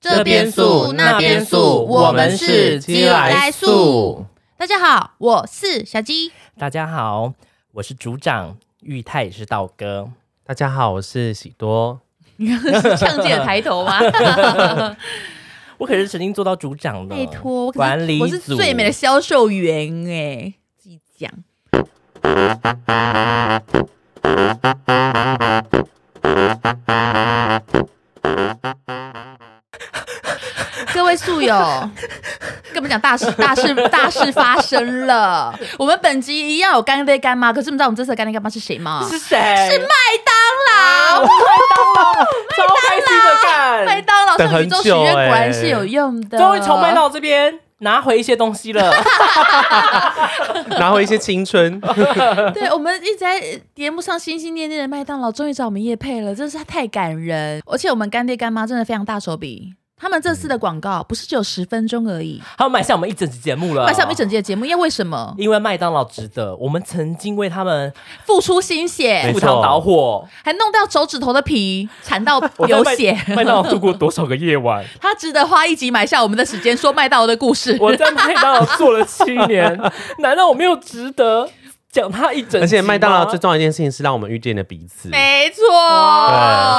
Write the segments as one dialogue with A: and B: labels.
A: 这边素那边素，我们是鸡来素。
B: 大家好，我是小鸡。
C: 大家好，我是组长玉泰，也是道哥。
A: 大家好，我是喜多。
B: 呛自己的抬头吗？
C: 我可是曾经做到组长的，
B: 拜托，我可是
C: 管理
B: 我是
C: 组
B: 最美的销售员哎、自己讲。 各位宿友，跟我们讲大 事大事大事发生了。我们本集一样有干爹干妈，可是你们知道我们这次的干爹干妈是谁吗？
C: 是谁？是麦
B: 当劳，
C: 当劳， 超开心的干，
B: 麦当劳
A: 等
B: 上宇
A: 很
B: 宙许
A: 久
B: 愿
A: 欸
B: 果然是有用的。
C: 终于从麦当劳这边拿回一些东西了。
A: 拿回一些青春，
B: 对，我们一直在呃节目上心心念念的麦当劳，终于找我们叶配了，真是太感人。而且我们干爹干妈真的非常大手笔，他们这次的广告不是只有十分钟而已，
C: 他们买下我们一整集节目了，
B: 卖上我们一整集的节目，因为为什么？
C: 因为麦当劳值得，我们曾经为他们
B: 付出心
A: 没
B: 血，
C: 赴
A: 错
C: 汤蹈火，
B: 还弄掉手指头的皮，缠到
C: 我在
B: 流
C: 麦
B: 血，
C: 麦当劳度过多少个夜晚？
B: 他值得花一集买下我们的时间说麦当劳的故事。
C: 我在麦当劳做了七 年，难道我没有值得讲他一整集吗？
A: 而且麦当劳最重要的一件事情是让我们遇见了彼此，对，
B: 没错，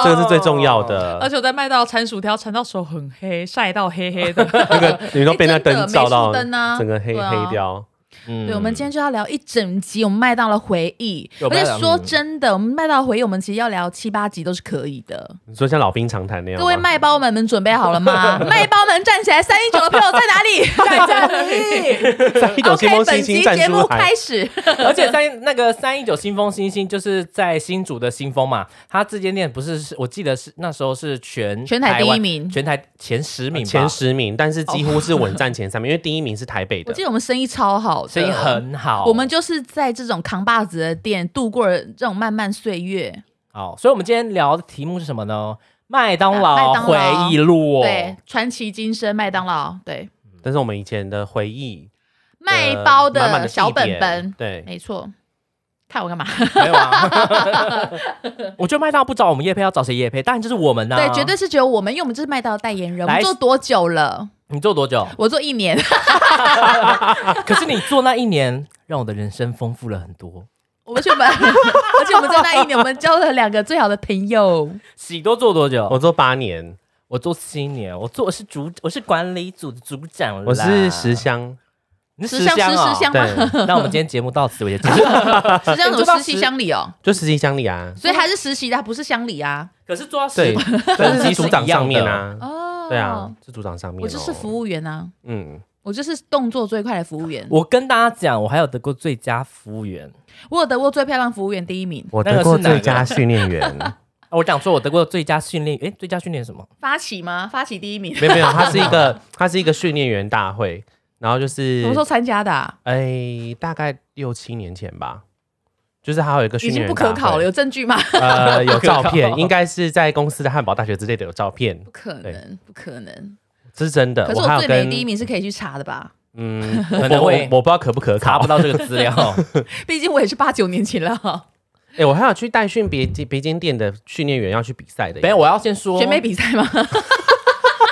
A: 这个是最重要的。
B: 且我在麦当劳缠薯条缠到手很黑，晒到黑黑的。
A: 那个你都被那
B: 真的
A: 灯照
B: 美术
A: 到
B: 灯啊，
A: 整个黑
B: 对啊
A: 黑掉。
C: 嗯
B: 对，我们今天就要聊一整集我们麦当劳回忆，
C: 有
B: 而
C: 麦
B: 且
C: 当
B: 说
C: 劳
B: 真的，我们麦当劳回忆，我们其实要聊七八集都是可以的。
A: 你说像老兵常谈那样吗，
B: 各位麦包们们准备好了 吗？麦包们站起来，三一九的朋友在哪里？在这里。
A: 在一种新
B: OK，
A: 风
B: 本
A: 新星
B: 集
A: 站
B: 节
A: 出
B: 目
A: 来
B: 开，始。
C: 而且在那个三一九新风新星，就是在新竹的新风嘛，它这间店不是是我记得是那时候是全
B: 全台第一
C: 湾
B: 名
C: 全台前十名吧，
A: 前十名，但是几乎是稳占前三名，因为第一名是台北
B: 哦我
A: 的
B: 记。得我们生意超好的，
C: 生意很好，
B: 我们就是在这种扛把子的店度过了这种漫漫岁月。
C: 好，所以我们今天聊的题目是什么呢？麦当劳
B: 啊麦当劳
C: 回忆录哦，
B: 对，传奇今生麦当劳，对，
A: 但是我们以前的回忆，
B: 卖包
A: 满满
B: 的
A: 的
B: 小
A: 地
B: 本
A: 点
B: 本，
A: 对，
B: 没错。看我干嘛？
C: 没有啊。 我觉得麦当劳不找我们叶配，要找谁叶配？当然就是我们啊呐、
B: 对，绝对是只有我们，因为我们就是麦当劳代言人。我
C: 来
B: 们做多久了？
C: 你做多久？
B: 我做一年，
C: 可是你做那一年，让我的人生丰富了很多。
B: 我们去本，而且我们在那一年，我们交了两个最好的朋 友。
C: 喜多做多久？
A: 我做八年，
C: 我做七年，我做我是组，我是管理组的组长啦
A: 我是十，香，
C: 你是
B: 十香
C: 十
B: 是十香
A: 对
B: 吗？，
C: 那我们今天节目到此为止。就是
B: 十香
C: 你
B: 怎
C: 做
B: 么
C: 到
B: 实习
C: 十
B: 乡里哦？
A: 就实习乡里啊，
B: 所以还是实习的，不是乡里啊。
C: 可是做到十
A: 对，但是
C: 是
A: 是组长上面啊，
B: 哦，
A: 对啊，，是组长上面哦，
B: 我就是服务员啊，
A: 嗯，
B: 我就是动作最快的服务员。
C: 我跟大家讲，我还有得过最佳服务员。
B: 我有得过最漂亮服务员第一名，
A: 我
C: 那
A: 得
C: 个
A: 过
C: 是哪
A: 最
C: 个
A: 佳训练员，
C: 啊我讲说，我得过最佳训练，诶，最佳训练是什么？
B: 发起吗？发起第一名，
A: 没有没有，它是一个它是一个训练员大会，然后就是
B: 什么时候参加的啊？
A: 哎，大概六七年前吧，就是还有一个
B: 已
A: 训
B: 经
A: 练
B: 不可
A: 员大
B: 考了，
A: 会，
B: 有证据吗？
A: 呃，有
C: 不
A: 照
C: 可
A: 片，
C: 考
A: 应该是在公司的汉堡大学之类的有照片
B: 不，可能，不可能。
A: 这是真的。
B: 可是
A: 还
B: 我最
A: 有
B: 美的第一
A: 跟
B: 名是可以去查的吧？
A: 嗯，
C: 可
A: 我
C: 能
A: 我
C: 会
A: 我不知道可不可
C: 查
A: 考
C: 不，到这个资料。
B: 毕竟我也是八九年前了，
A: 哎，我还有去代训别别间店的训练员要去比赛的耶，
C: 没有，我要先说，
B: 选美比赛吗？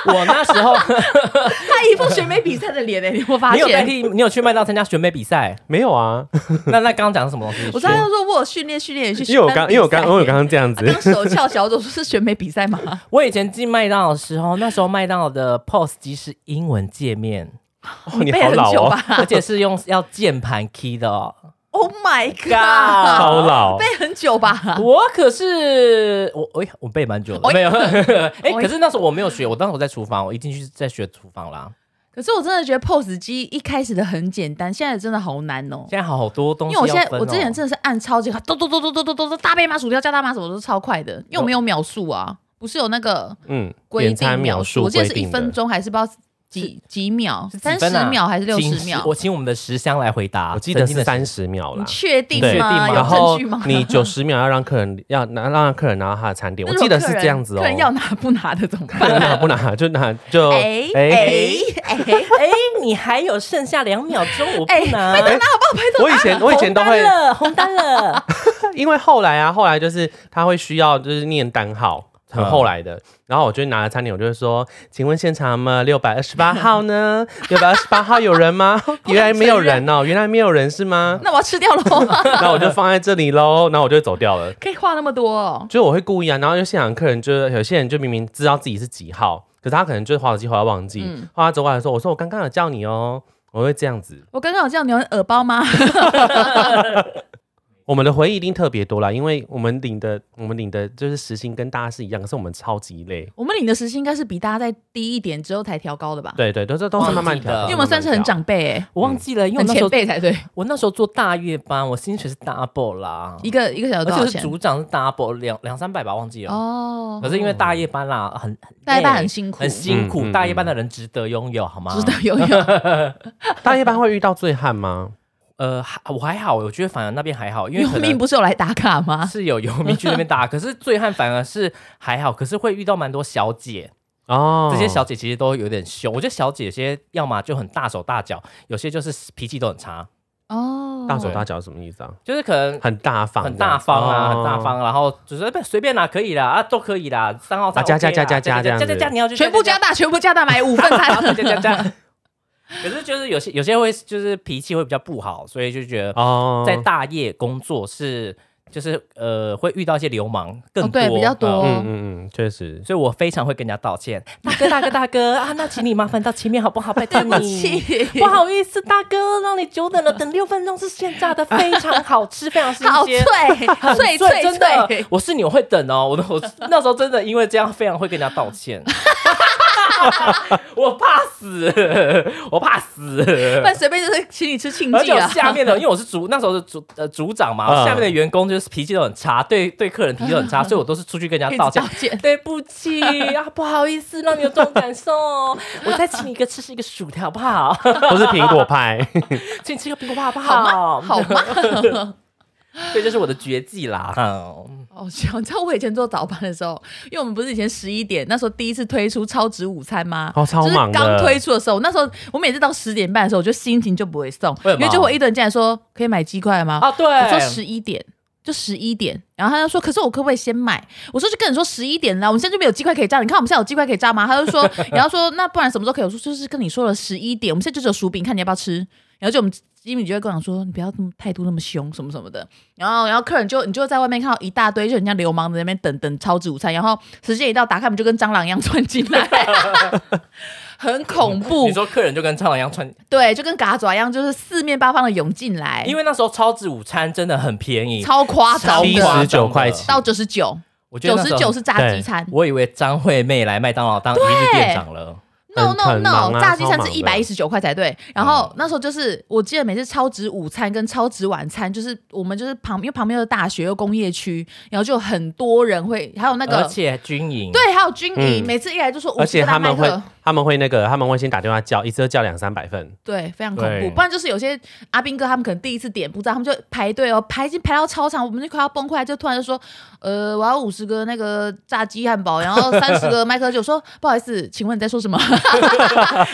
C: 我那时候，
B: 他一副选美比赛的脸诶、你有没有发
C: 你有代
B: 现？
C: 替，你有去麦当劳参加选美比赛？
A: 没有啊，
C: 那那刚刚讲的是什么东西？
B: 我知道他说我有训练训练也啊去，
A: 因为我刚因为我刚因为我刚刚这样 子，
B: 刚手翘小组是选美比赛吗？
C: 我以前进麦当劳的时候，那时候麦当劳的 POS 机是英文界面，
A: 哦，你
B: 背
A: 好
B: 很
A: 老
B: 久
A: 哦，
B: 吧
C: 而且是用要键盘 key 的哦。
B: ？Oh my
C: God
B: god！
A: 好老。
B: 背很久吧？
C: 我可是我我我背蛮久的，
B: 哎
C: 没有。 哎，
B: 哎
C: 可是那时候我没有学，我当时我在厨房，我一进去在学厨房啦。
B: 可是我真的觉得 POS 机一开始的很简单，现在真的好难哦。
C: 现在好多东
B: 因
C: 西
B: 为我
C: 要分
B: 现
C: 哦，
B: 在我之前真的是按超级快，咚咚咚咚咚咚咚咚，大贝妈薯条加大妈什么都是超快的，因为我没有秒数啊，不是有那个
A: 嗯，
B: 规
A: 点
B: 定
A: 餐
B: 秒
A: 秒
B: 数，
A: 数
B: 我记得
A: 规
B: 是一
A: 定
B: 分
A: 的。
B: 钟还是不知道几几秒，
C: 是
B: 三
C: 几
B: 十
C: 分啊
B: 秒还是六
C: 请
B: 十秒？
C: 我请我们的石香来回答，
A: 我记得
C: 曾经的
A: 是三十秒
B: 你
A: 啦，
B: 确定
A: 对
B: 吗？
C: 确定
B: 嗯
C: 吗
A: 然
B: 有证
A: 后
B: 据吗？
A: 你九十秒要让客人要拿让客人拿到他的餐点，
B: 那
A: 我
B: 如果
A: 记得是
B: 客人
A: 这样子哦呃
B: 客。人要拿不拿的怎么
A: 客
B: 办？
A: 人拿不拿就拿就
B: 哎哎哎
C: 哎，你还有剩下两秒钟，我
B: 哎，
C: 拿。
B: 麦当劳好不好？拜托，
A: 我以前我以前都会，
C: 了，红单了，
A: 因为后来啊，后来就是他会需要就是念单号，
C: 嗯
A: 很后来的。然后我就拿了餐点，我就会说：“请问现场吗？六百二十八号呢？六百二十八号有人吗？ 原来没有人哦，原来没有人是吗？
B: 那我要吃掉喽，
A: 然后我就放在这里喽，然后我就走掉了。
B: 可以画那么多哦。
A: 就我会故意啊，然后就现场客人就有些人就明明知道自己是几号，可是他可能就是滑手机滑到忘记，
B: 嗯
A: 后来走过来说：“我说我刚刚有叫你哦。”我会这样子。
B: 我刚刚有叫你有耳包吗？
A: 我们的回忆一定特别多啦，因为我们领的我们领的就是时薪跟大家是一样，可是我们超级累。
B: 我们领的时薪应该是比大家再低一点之后才调高的吧？
A: 对对，呃都是都是慢慢调
C: 忘记的
B: 因
A: 的，
B: 为我们算是很
A: 长。
B: 长辈哎，
C: 我忘记了，因为我
B: 很
C: 那时
B: 前
C: 候哦
B: 辈才对。
C: 我那时候做大夜班，我薪水是 double 啦，
B: 一个一个小时
C: 而
B: 多少
C: 且是
B: 钱？
C: 组长是 double 两两三百吧，忘记了。
B: 哦
C: 可，是因为大夜班啦，很很
B: 大夜班
C: 累
B: 很辛苦
C: 很辛苦。
A: 嗯嗯
C: 大夜班的人值得拥有，好吗？
B: 知道有有。
A: 大夜班会遇到醉汉吗？
C: 呃，还我还好，我觉得反而那边还好，因为
B: 游
C: 可
B: 民
C: 能
B: 不是有来打卡吗？
C: 是有游民去那 边打，可是醉汉反而是还好，可是会遇到蛮多小姐，
A: 哦，
C: 这些小姐其实都有点凶。我觉得小姐有些要么就很大手大脚，有些就是脾气都很差，
B: 哦，
A: 大手大脚是什么意思啊？
C: 就是可能。
A: 很大方，
C: 很大方啊，
A: 哦
C: 很大。方，然后就是哎随便啦，可以啦，啊，都可以啦，三号餐
A: 啊加
C: OK 啦
A: 加加加加
C: 加
A: 这样子
C: 加加，你要去
B: 全部加大，全部加大，买五份
C: 然 后
B: 餐。
C: 这样这样。可是就是有些有些会就是脾气会比较不好，所以就觉得
A: 哦，
C: 在大夜工作是就是呃会遇到一些流氓更
B: 哦，
C: 多、
B: 对，比较多。
C: 嗯
A: 嗯嗯嗯，确实。
C: 所以我非常会跟人家道歉， 大哥大哥大哥啊，那请你麻烦到前面好不 好？拜托
B: 对不
C: 你。
B: 起，
C: 不好意思，大哥，让你久等了。等六分钟是现炸的，非常好吃，非常新
B: 好
C: 鲜， 很
B: 脆，脆脆
C: 真的
B: 脆。。
C: 我是你，我会等哦。我我那时候真的因为这样，非常会跟人家道歉。 我怕死，我怕死。
B: 不然随便就是请你吃庆
C: 而
B: 忌
C: 且我
B: 啊。
C: 下面的，因为我是组那时候是组呃组长嘛，
A: 嗯
C: 下面的员工就是脾气都很差，对对客人脾气都 很差，所以我都是出去跟人家道歉
B: 一直道 歉。
C: 对不起啊，不好意思，让你有这种感受，我再请你一个吃一个薯条好不好？
A: 不是苹果派，
C: 请你吃个苹果派好不
B: 好
C: 好？
B: 吗？好 吗？
C: 对，这是我的绝技啦。嗯
B: 哦，笑你知道我以前做早班的时候，因为我们不是以前十一点那时候第一次推出超值午餐吗？
A: 哦超
B: 就是
A: 忙的
B: 刚推出的时候，那时候我每次到十点半的时候，我就心情就不会送，
C: 为什
B: 因
C: 么
B: 为就会一堆人进来说可以买鸡块吗？
C: 啊，对，
B: 我说十一点，就十一点。然后他就说，可是我可不可以先买？我说就跟你说十一点了，我们现在就没有鸡块可以炸。你看我们现在有鸡块可以炸吗？他就说，然后说那不然什么时候可以？我说就是跟你说了十一点，我们现在就只有薯饼，看你要不要吃。然后就我们吉米就会跟我讲说，你不要那么态度那么凶什么什么的。然后然后客人就你就会在外面看到一大堆就人家流氓在那边等等超值午餐，然后时间一到打开门就跟蟑螂一样窜进来， 很恐怖
C: 你。说客人就跟蟑螂一样穿，
B: 对，就跟嘎爪一样，就是四面八方的涌进来，
C: 因为那时候超值午餐真的很便宜，
B: 哎超夸张
C: 超
B: 的，
A: 七
C: 夸
A: 十
C: 张
A: 九
C: 的
A: 块起，
B: 到九十九，
C: 我觉得
B: 九
C: 那
B: 十
C: 时候
B: 九是炸鸡餐。
C: 我以为张惠妹来麦当劳当一日店长了。
B: No
A: 很
B: no
A: 很忙
B: no，
A: 啊
B: 炸鸡餐是
A: 超忙的嗯
B: 一百一十九块才对。然后那时候就是，我记得每次超值午餐跟超值晚餐，就是我们就是旁，因为旁边有大学有工业区，然后就有很多人会，还有那
C: 而
B: 个
C: 且军营，
B: 对，还有军营，
A: 嗯
B: 每次一来就说五
A: 而
B: 十
A: 且
B: 个
A: 他
B: 大麦
A: 们会
B: 克，
A: 他们会那个，他们会先打电话叫，一次就叫两三百份。
B: 对，非常恐怖。
A: 对
B: 不然就是有些阿兵哥他们可能第一次点不知道，他们就排队哦，排已经排到超长，我们就快要崩溃，就突然就说，呃，我要五十个那个炸鸡汉堡，然后三十个麦克就说不好意思，请问你在说什么？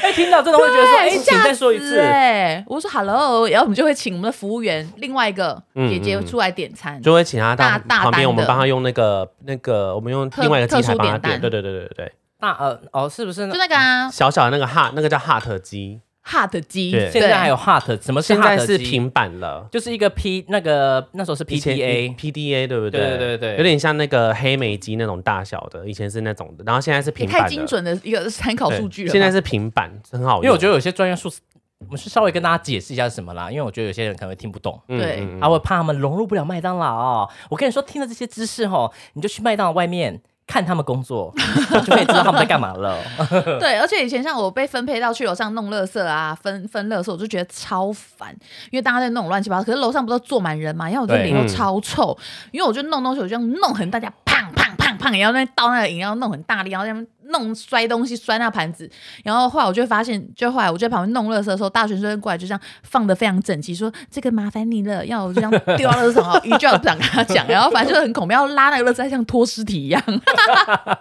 C: 哎，听到真的会觉得说，哎，
B: 对
C: 请再说一
B: 吓
C: 次
B: 死。欸我说 hello，然后我们就会请我们的服务员另外一个
A: 嗯
B: 姐姐
A: 嗯嗯
B: 出来点餐。
A: 就会请他
B: 大
A: 到
B: 大
A: 旁
B: 单
A: 边，我们
B: 的
A: 帮他用那个那个，我们用
B: 特
A: 另外一个
B: 特
A: 机台
B: 殊
A: 帮他
B: 点单
A: 点。对对对对对，
C: 那呃哦，是不是那
B: 就？那个啊
A: 小小的那个 hot 那个叫 hot 机，
B: ，hot 鸡，
A: 对
C: 现在还有 hot，什么是
A: 现在
C: hot
A: 是
C: 机，
A: 平板了。
C: 就是一个 P 那个那时候是
A: 以前
C: PTA，
A: PDA 对不
C: 对对
A: 对
C: 对对
A: 有点像那个黑莓机那种大小的，以前是那种的，然后现在是
B: 也
A: 平板
B: 太
A: 的。
B: 精准的一个参考
A: 对
B: 数据了吧。
A: 现在是平板，很好用。
C: 因为我觉得有些专业术，我们是稍微跟大家解释一下是什么啦，因为我觉得有些人可能会听不懂。
A: 嗯
B: 对
A: 嗯嗯
C: 他啊会怕他们融入不了麦当劳。我跟你说，听了这些知识吼，你就去麦当劳外面看他们工作，就可以知道他们在干嘛 了。
B: 对，而且以前像我被分配到去楼上弄垃圾啊，分分垃圾，我就觉得超烦，因为大家在弄乱七八糟。可是楼上不都坐满人嘛，然后我就
C: 对
B: 脸又
A: 嗯
B: 超臭，因为我就弄东西，我就这样弄很大家砰砰砰砰，然后在那边倒那个饮料弄很大力，然后在那边弄摔东西摔那盘子，然后后来我就会发现，就后来我就在旁边弄垃圾的时候，大学生过来就这样放的非常整齐，说这个麻烦你了，要我就这样丢到垃圾桶，然后一句话都不想跟他讲，然后反正就很恐怖，要拉那个垃圾像拖尸体一样。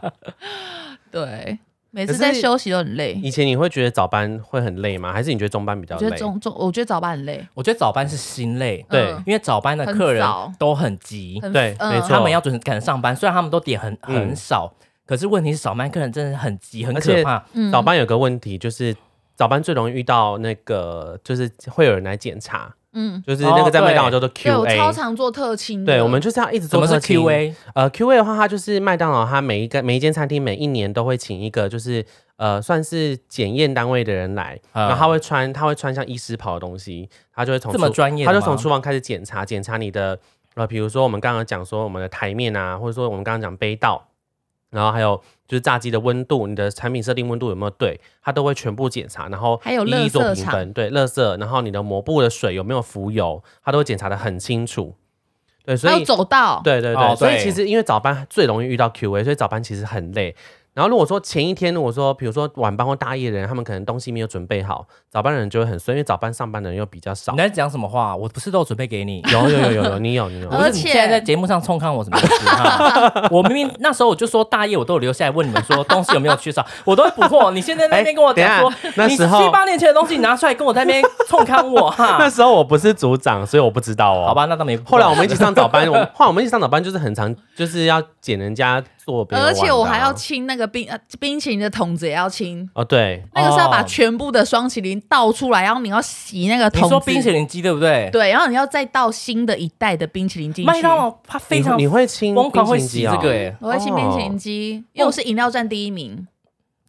B: 对，每次
A: 可是
B: 在休息都很累。
A: 以前你会觉得早班会很累吗？还是你觉得中班比较
B: 我觉
A: 累
B: 得？中中，我觉得早班很累，
C: 我觉得早班是心累，
A: 对
C: 因为早班的客
B: 很
C: 人
B: 早
C: 都很急，
B: 很
A: 对
B: 嗯
A: 没
C: 他
A: 错
C: 们要准时赶上班，虽然他们都点很很少，可是问题是少班客人真的很急，很
A: 嗯而且
C: 可怕。
B: 嗯
A: 早班有个问题就是。早班最容易遇到那个，就是会有人来检查，
B: 嗯，
A: 就是那个在
C: 哦对
A: 麦当劳叫做
B: 对
A: Q
B: 我
A: A，、
B: 超常做特清的，
A: 对我们就是要一直
C: 什
A: 做
C: 么是
A: 特勤
C: Q A？
A: 呃，Q A 的话，它就是麦当劳，它每一个每一间餐厅每一年都会请一个，就是呃，算是检验单位的人来，
C: 嗯
A: 然后他会穿，他会穿像医师袍的东西，他就会从
C: 这么
A: 厨
C: 专业的
A: 他
C: 吗，
A: 就从厨房开始检查，检查你的呃，比如说我们刚刚讲说我们的台面啊，或者说我们刚刚讲杯道，然后还有就是炸鸡的温度，你的产品设定温度有没有对，他都会全部检查，然后
B: 还有
A: 一一
B: 垃
A: 做
B: 圾
A: 评
B: 场
A: 分，对，垃圾，然后你的抹布的水有没有浮油，他都会检查的很清楚。对，所
B: 还有
A: 以
B: 走道，
A: 对对对，
C: 哦
A: 所以
C: 对
A: 其实因为早班最容易遇到 Q A，所以早班其实很累。然后如果说前一天，如果说比如说晚班或大夜的人，他们可能东西没有准备好，早班的人就会很衰，因为早班上班的人又比较少
C: 你。在讲什么话？我不是都有准备给你。
A: 有有有有有，你有你有。
B: 而
C: 不是你
B: 且
C: 现在在节目上冲康我什么意思？ 哈我明明那时候我就说大业我都有留下来问你们说东西有没有缺少，我都会补货。你现在在那边跟我讲说
A: 哎等一下，那
C: 你
A: 时候
C: 七八年前的东西你拿出来跟我在那边冲康我
A: 那
C: 哈？
A: 时候我不是组长，所以我不知道哦。
C: 好。吧，那倒没。
A: 后来我们一起上早班，我们 后来我们一起上早班就是很常就是要捡人家做别人
B: 而
A: 玩的啊、
B: 且我还要清那个冰呃冰淇淋的桶子也要清，
A: 哦对，
B: 那个是要把
C: 哦
B: 全部的双淇淋倒出来，然后你要洗那个
C: 你
B: 桶
C: 说
B: 子，
C: 冰淇淋机对不对？
B: 对，然后你要再倒新的一袋的冰淇淋进去。
C: 麦当劳它非常
A: 你你会清
C: 疯狂会
A: 冰淇
C: 洗
A: 淋
C: 这
A: 机哦
C: 个哎，
B: 我会清冰淇淋机，因为我是饮料站第一名，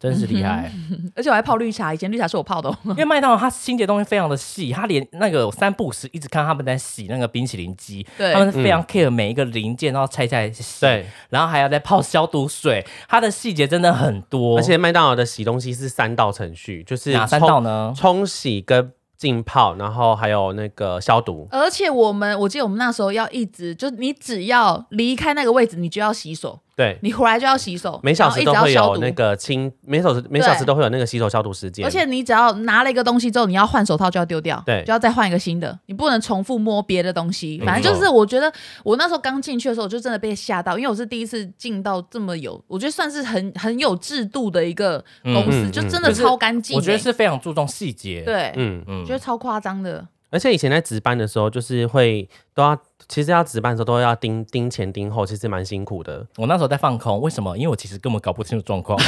C: 真是厉害。
A: 嗯
B: 而且我还泡绿茶，以前绿茶是我泡 的哦。
C: 因为麦当劳它清洁东西非常的细，它连那个三不五时一直看他们在洗那个冰淇淋机，
B: 对
C: 他们是非常 care 每一个零件，然后拆下来洗，
A: 哦对，
C: 然后还要再泡消毒水，它的细节真的很多，
A: 而且麦当劳的洗东西是三道程序，就是
C: 哪三
A: 冲
C: 道呢？
A: 冲洗跟浸泡，然后还有那个消毒。
B: 而且我们，我记得我们那时候要一直，就是你只要离开那个位置，你就要洗手，
A: 对，
B: 你回来就要洗手，
A: 每小时都
B: 然后一
A: 会
B: 直要消
A: 有
B: 毒
A: 那。个清，每小时每小时都会有那个洗手消毒时间。
B: 而且你只要拿了一个东西之后，你要换手套就要丢掉，
A: 对
B: 就要再换一个新的，你不能重复摸别的东西。
A: 没
B: 反正就
A: 错
B: 是我觉得我那时候刚进去的时候，我就真的被吓到，因为我是第一次进到这么有，我觉得算是很很有制度的一个公司，
A: 嗯
B: 就
A: 嗯
B: 真的
C: 就是
B: 超干净欸、欸
C: 我觉得是非常注重细节，，
B: 对，
A: 嗯，
C: 嗯
B: 觉得超夸张的。
A: 而且以前在值班的时候，就是会都要，其实要值班的时候都要盯盯前盯后，其实蛮辛苦的。
C: 我那时候在放空，为什么？因为我其实根本搞不清楚状 况。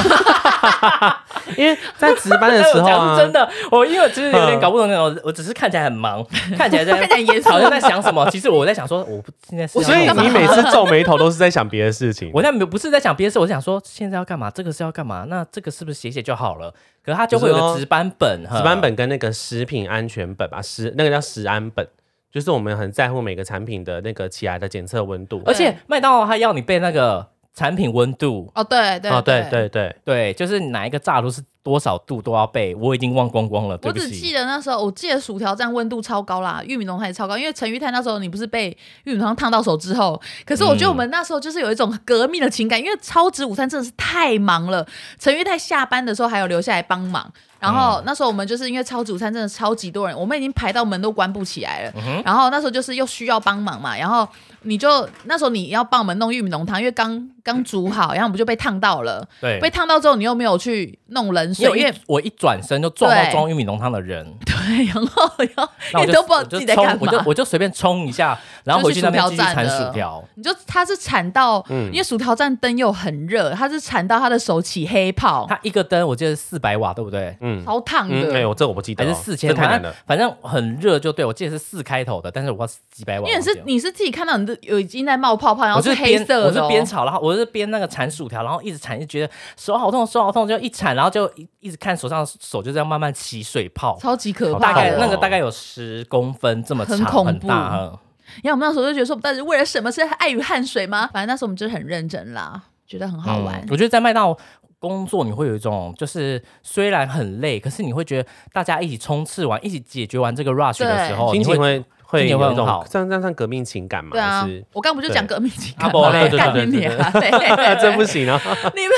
A: 因为在值班的时候
C: 但
B: 哎
C: 我讲
A: 啊，
C: 是真的， 嗯我因为我其实有点搞不懂那种，我只是看起来 很忙，看起来在
B: 看起来严肃
C: 好像在想什么。其实我在想说，我不现在是要
A: 所以
C: 干嘛
A: 你每次皱眉头都是在想别的事 情。
C: 我那没有不是在想别的事，我是想说现在要干嘛，这个是要干嘛，那这个是不是写写就好了？可是他就会有
A: 就是
C: 个
A: 说
C: 值班本，
A: 值班本跟那个食品安全本吧，食那个叫食安本，就是我们很在乎每个产品的那个起来的检测温度
C: 呵，。而且麦当劳他要你背那个产品温度，
B: 哦，对对
A: 哦，对对对，
C: 对，就是哪一个炸炉是多少度都要背，我已经忘光光了，对
B: 我
C: 不
B: 只记
C: 起。
B: 得那时候，我记得薯条站温度超高啦，玉米浓汤也超高，因为陈玉泰那时候你不是被玉米浓汤烫到手之后，可是我觉得我们那时候就是有一种革命的情感，因为超值午餐真的是太忙了，陈玉泰下班的时候还有留下来帮忙。然
C: 嗯
B: 后那时候我们就是因为超值午餐真的超级多人，我们已经排到门都关不起来了。然后那时候就是又需要帮忙嘛，然后你就那时候你要帮我们弄玉米浓汤，因为刚刚煮好，然后我们就被烫到了。
C: 对
B: 被烫到之后你又没有去弄冷
C: 因
B: 水，
C: 为
B: 因为
C: 我一我一转身就撞
B: 对
C: 到装玉米浓汤的人，
B: 对， 然后然
C: 那
B: 后
C: 我
B: 你
C: 就
B: 都不知道
C: 我
B: 自
C: 就
B: 己在
C: 冲
B: 干
C: 我
B: 嘛
C: 就，我就随便冲一 下，然后回去那边继续
B: 就
C: 铲
B: 去薯条哦站了
C: 薯条。
B: 你就他是铲到，
C: 嗯
B: 因为薯条站灯又很热，他是铲到他的手起黑泡，
C: 他一个灯我记得四百瓦，对不对？
A: 嗯
B: 超烫
A: 嗯，哎
B: 的。
A: 呦，这我不记得
C: 还
A: 哦，
C: 是四
A: 这
C: 千，
A: 太
C: 反
A: 难
C: 正
A: 了。
C: 反正很热就对，我记得是四开头的，但是我不知道几百瓦。
B: 因为你是你是自己看到你的有已经在冒泡泡，然
C: 我
B: 后
C: 是
B: 黑
C: 边
B: 色
C: 我
B: 的、
C: 是
B: 哦，
C: 边炒，然后我是边那个铲薯条，然后一直铲，一直觉得手好痛，手好痛，就一铲，然后就一一直看手上手就这样慢慢起水泡，
B: 超级可怕
C: 大
B: 哦
C: 概
B: 的。
A: 哦
C: 那个大概有十公分这么长，
B: 很恐
C: 很大
B: 怖
C: 嗯
B: 然后我们那时候就觉得说，我们到底是为了什么？是爱与汗水吗？反正那时候我们就是很认真啦，觉得很好玩
C: 嗯。我觉得在麦当劳工作，你会有一种就是虽然很累，可是你会觉得大家一起冲刺完，一起解决完这个 rush 的时候，
A: 心
C: 你
A: 情哦会会
C: 心情会
A: 有一
C: 很好
A: 种算算算革命情感嘛？
B: 对啊
A: 还是，
B: 我刚不就讲革命情感
C: 啊不
B: 吗？哎
C: 嘞
B: 干
A: 对对
B: 你
A: 对对
B: 娘嘞！
A: 这不行啊！
B: 你们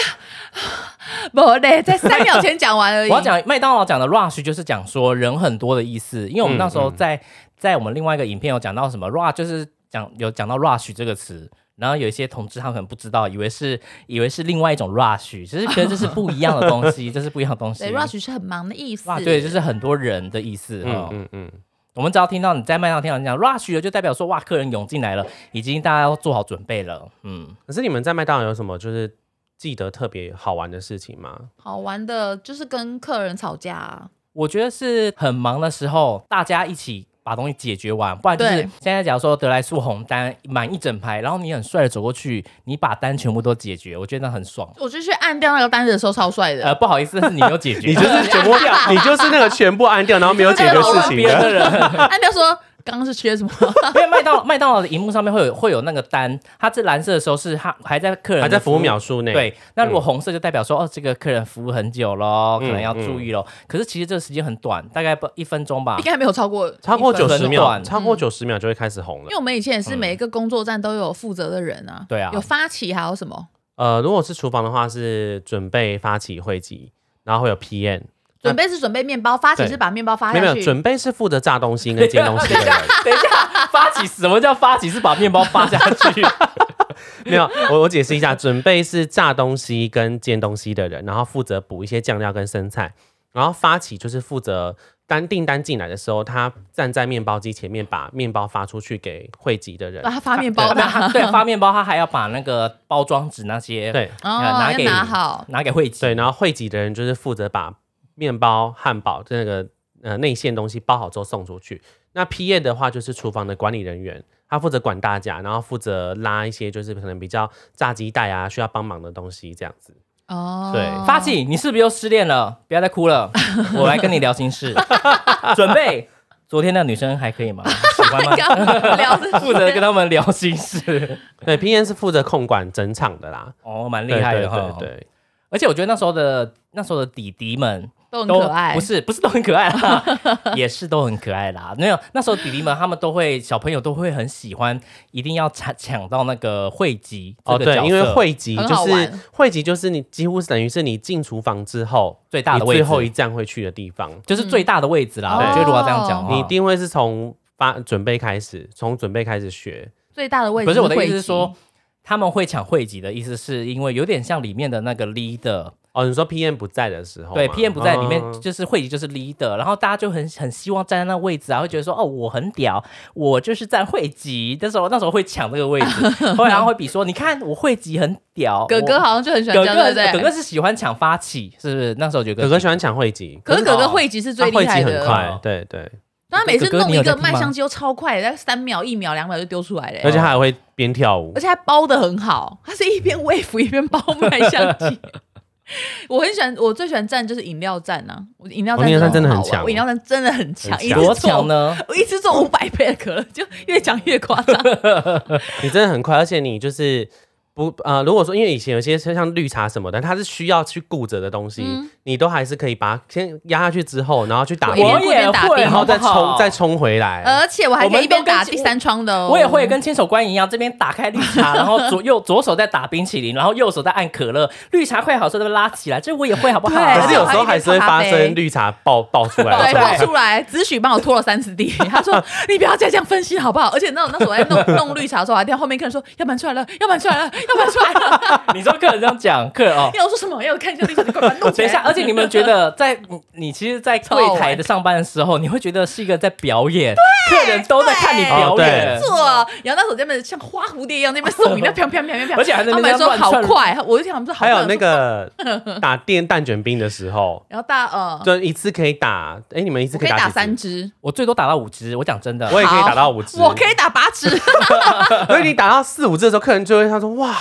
B: 不嘞，在三秒前讲完而已。
C: 我要讲麦当劳讲的 rush 就是讲说人很多的意思，因为我们
A: 嗯
C: 那时候
A: 嗯
C: 在、在我们另外一个影片有讲到什么 rush，就是讲有讲到 rush 这个词。然后有一些同志他们可能不知道，以为是以为是另外一种 rush，只是觉得这是不一样的东西，这是不一样的东西。
B: 对，rush 是很忙的意思。
C: rush 对，就是很多人的意思。嗯
A: 嗯嗯嗯，
C: 我们只要听到你在麦当劳听到你讲 rush 了，就代表说哇，客人涌进来了，已经大家要做好准备了。嗯，
A: 可是你们在麦当劳有什么就是记得特别好玩的事情吗？
B: 好玩的就是跟客人吵架、啊，
C: 我觉得是很忙的时候，大家一起把东西解决完，不然就是
B: 对
C: 现在假如说得来速红单满一整排，然后你很帅的走过去，你把单全部都解决，我觉得很爽。
B: 我就去按掉那个单子的时候超帅的。
C: 呃，不好意思，但是你没有解决，
A: 你就是全部， 你就是那个全部按掉，然后没有解决事情
C: 别
A: 的。
C: 的人。
B: 按掉说刚刚是缺什么？
C: 因为麦当麦当劳的荧幕上面会有会有那个单，它这蓝色的时候是它还在客人的
A: 还在服务秒数内，，
C: 对，那如果红色就代表说，哦，这个客人服务很久喽，可能要
A: 嗯
C: 注意喽。可是其实这个时间很短，大概不一分钟吧
B: 应。该还没有超过。
A: 超过
C: 一分
A: 九十
C: 钟
A: 秒，
C: 短
A: 超
B: 嗯
A: 过九十秒就会开始红了
B: 因为。我们以前也是每一个工作站都有负责的人啊，
C: 嗯对啊啊
B: 有发起还有什么
A: 呃，如果是厨房的话，是准备发起会籍，然后会有 PM，
B: 准备是准备面包，发起
A: 对
B: 是把面包发
A: 没有
B: 下
A: 没有
B: 去，
A: 准备是负责炸东西跟煎东 西的人。
C: 等一下，发起什么叫发起？是把面包发下去。
A: 没有，我我解释一下，准备是炸东西跟煎东西的人，然后负责补一些酱料跟生菜，然后发起就是负责单订单进来的时候，他站在面包机前面把面包发出去给汇集的人
B: 把。它发面 包的
C: 那
B: 啊，
C: 他对发面包，他还要把那个包装纸那些
A: 对
B: 哦，
C: 呃拿
B: 要
C: 给
B: 拿好，
C: 拿给惠子。
A: 对，然后汇集的人就是负责把面包、汉堡那个呃内馅东西包好之后送出去。那 P A 的话就是厨房的管理人员，他负责管大家，然后负责拉一些就是可能比较炸鸡蛋啊需要帮忙的东西这样子。
B: 哦，
A: 对
C: 发起，你是不是又失恋了？不要再哭 了，我来跟你聊心事。 准备，昨天那女生还可以吗？喜欢 吗？
B: 刚刚聊的
C: 负责跟他们聊心事，
A: 对，P A 是负责控管整场的啦。
C: 哦，蛮厉害的哈。
A: 对对对对，
C: 而且我觉得那时候的那时候的弟弟们
B: 都很
C: 都
B: 可爱，
C: 不是不是都很可爱啦， 也是都很可爱啦。没有那时候弟弟们他们都会小朋友都会很喜欢，一定要抢抢到那个汇集
A: 哦对，因为汇集
B: 很
A: 就
B: 好
A: 是
B: 玩
A: 汇集就是你几乎是等于是你进厨房之后
C: 最大的
A: 你
C: 位置
A: 最后一站会去的地方，
C: 就是最大的位置啦。
B: 嗯
C: 我觉得如果要这样讲的话，
A: 你一定会是从发准备开始，从准备开始学。
B: 最大的位置。
C: 不是我的意思是说，。他们会抢汇集的意思，是因为有点像里面的那个 leader，
A: 哦，你说 PM 不在的时候吗，
C: 对，PM 不在里面，
A: 哦
C: 就是会议就是 leader，然后大家就很很希望站在那位置啊，会觉得说哦，我很屌，我就是站会集，那时候那时候会抢这个位置，后来然后会比说，你看我会集很 屌，
B: 哥哥
C: 我
B: 好像就很喜欢
C: 哥
B: 这样，对不对？
C: 哥哥哥是喜欢抢发起，是不是？那时候觉得
A: 哥哥喜欢抢汇集，
B: 可是哥
C: 真的
B: 哥
C: 哦
B: 汇集是最
A: 他
B: 厉
A: 汇
B: 害
A: 集
B: 的
A: 很
B: 哦，
A: 快，对对，
B: 他每次
C: 哥哥
B: 弄
C: 你
B: 一
C: 有在
B: 个
C: 听吗
B: 卖相机都超快的，大概三秒、一秒、两秒就丢出来了欸
A: 而。且他还会边跳舞
B: 而。且还包的很好，它是一边 wave 一边包卖相 机。我很喜欢，我最喜欢站就是饮料站呐、啊，我饮料
A: 哦
B: 站
A: 饮料站真的
B: 好
A: 很
B: 玩
A: 强
B: 我饮料站真的很强，
A: 很
B: 一
A: 强
C: 多
B: 次做
C: 强，呢？
B: 我一次做五百杯的可乐，就越讲越夸张。
A: 你真的很快，而且你就是不呃，如果说因为以前有些像绿茶什么的，它是需要去顾着的东西，你都还是可以把它先压下去之后，然后去打
B: 嗯我
A: 边
B: 一
C: 我
B: 边
C: 也
B: 顾打
C: 会，
B: 边
A: 然后再
C: 好不好
A: 冲再冲回来。
B: 而且我还可以一边打第三窗的哦，
C: 我也会跟千手观音一样，这边打开绿茶，然后左右左手在打冰淇淋，然后右手在按可乐，绿茶快好的时候再拉起来，这我也会好不好？
B: 对
A: 可是有时候
B: 我还
A: 还
B: 一边
A: 是会
B: 泡
A: 发
B: 咖啡
A: 生绿茶爆爆出来
B: 对
A: 的状
B: 爆
A: 况，
B: 出来。子许帮我拖了三次地， 他说你不要再这样分析好不好？而且那种那时候我在弄弄绿茶的时候，我还听到后面客人说要满出来了，要满出来了，要满出来了。
C: 你说客人这样讲，客人哦，
B: 要我说什么？要我看一下绿茶，你快把它弄起
C: 等
B: 来
C: 一下，而且你们觉得在你你其实，在柜台的上班的时候，你会觉得是一个在表演，客人都在看你表演
A: 对，
B: 错，然后那时候在那边像花蝴蝶一样，那 边送饮料，啪啪啪啪啪，
C: 而且还在
B: 他们
C: 那边
B: 还说
C: 乱
B: 好
C: 窜
B: 快，我就想他们说好
A: 还
B: 快，
A: 有
B: 我
A: 那
B: 说，
A: 个打电蛋卷冰的时候，
B: 然后大呃，
A: 就一次可以打，哎，你们一次
B: 我可以
A: 打
B: 打
A: 几
B: 三
A: 支，
B: 只，
C: 我最多打到五只，我讲真的，
A: 我也可以
B: 好
A: 打到五只，
B: 我可以打八 只，
A: 所以你打到四五只的时候，客人就会他说哇，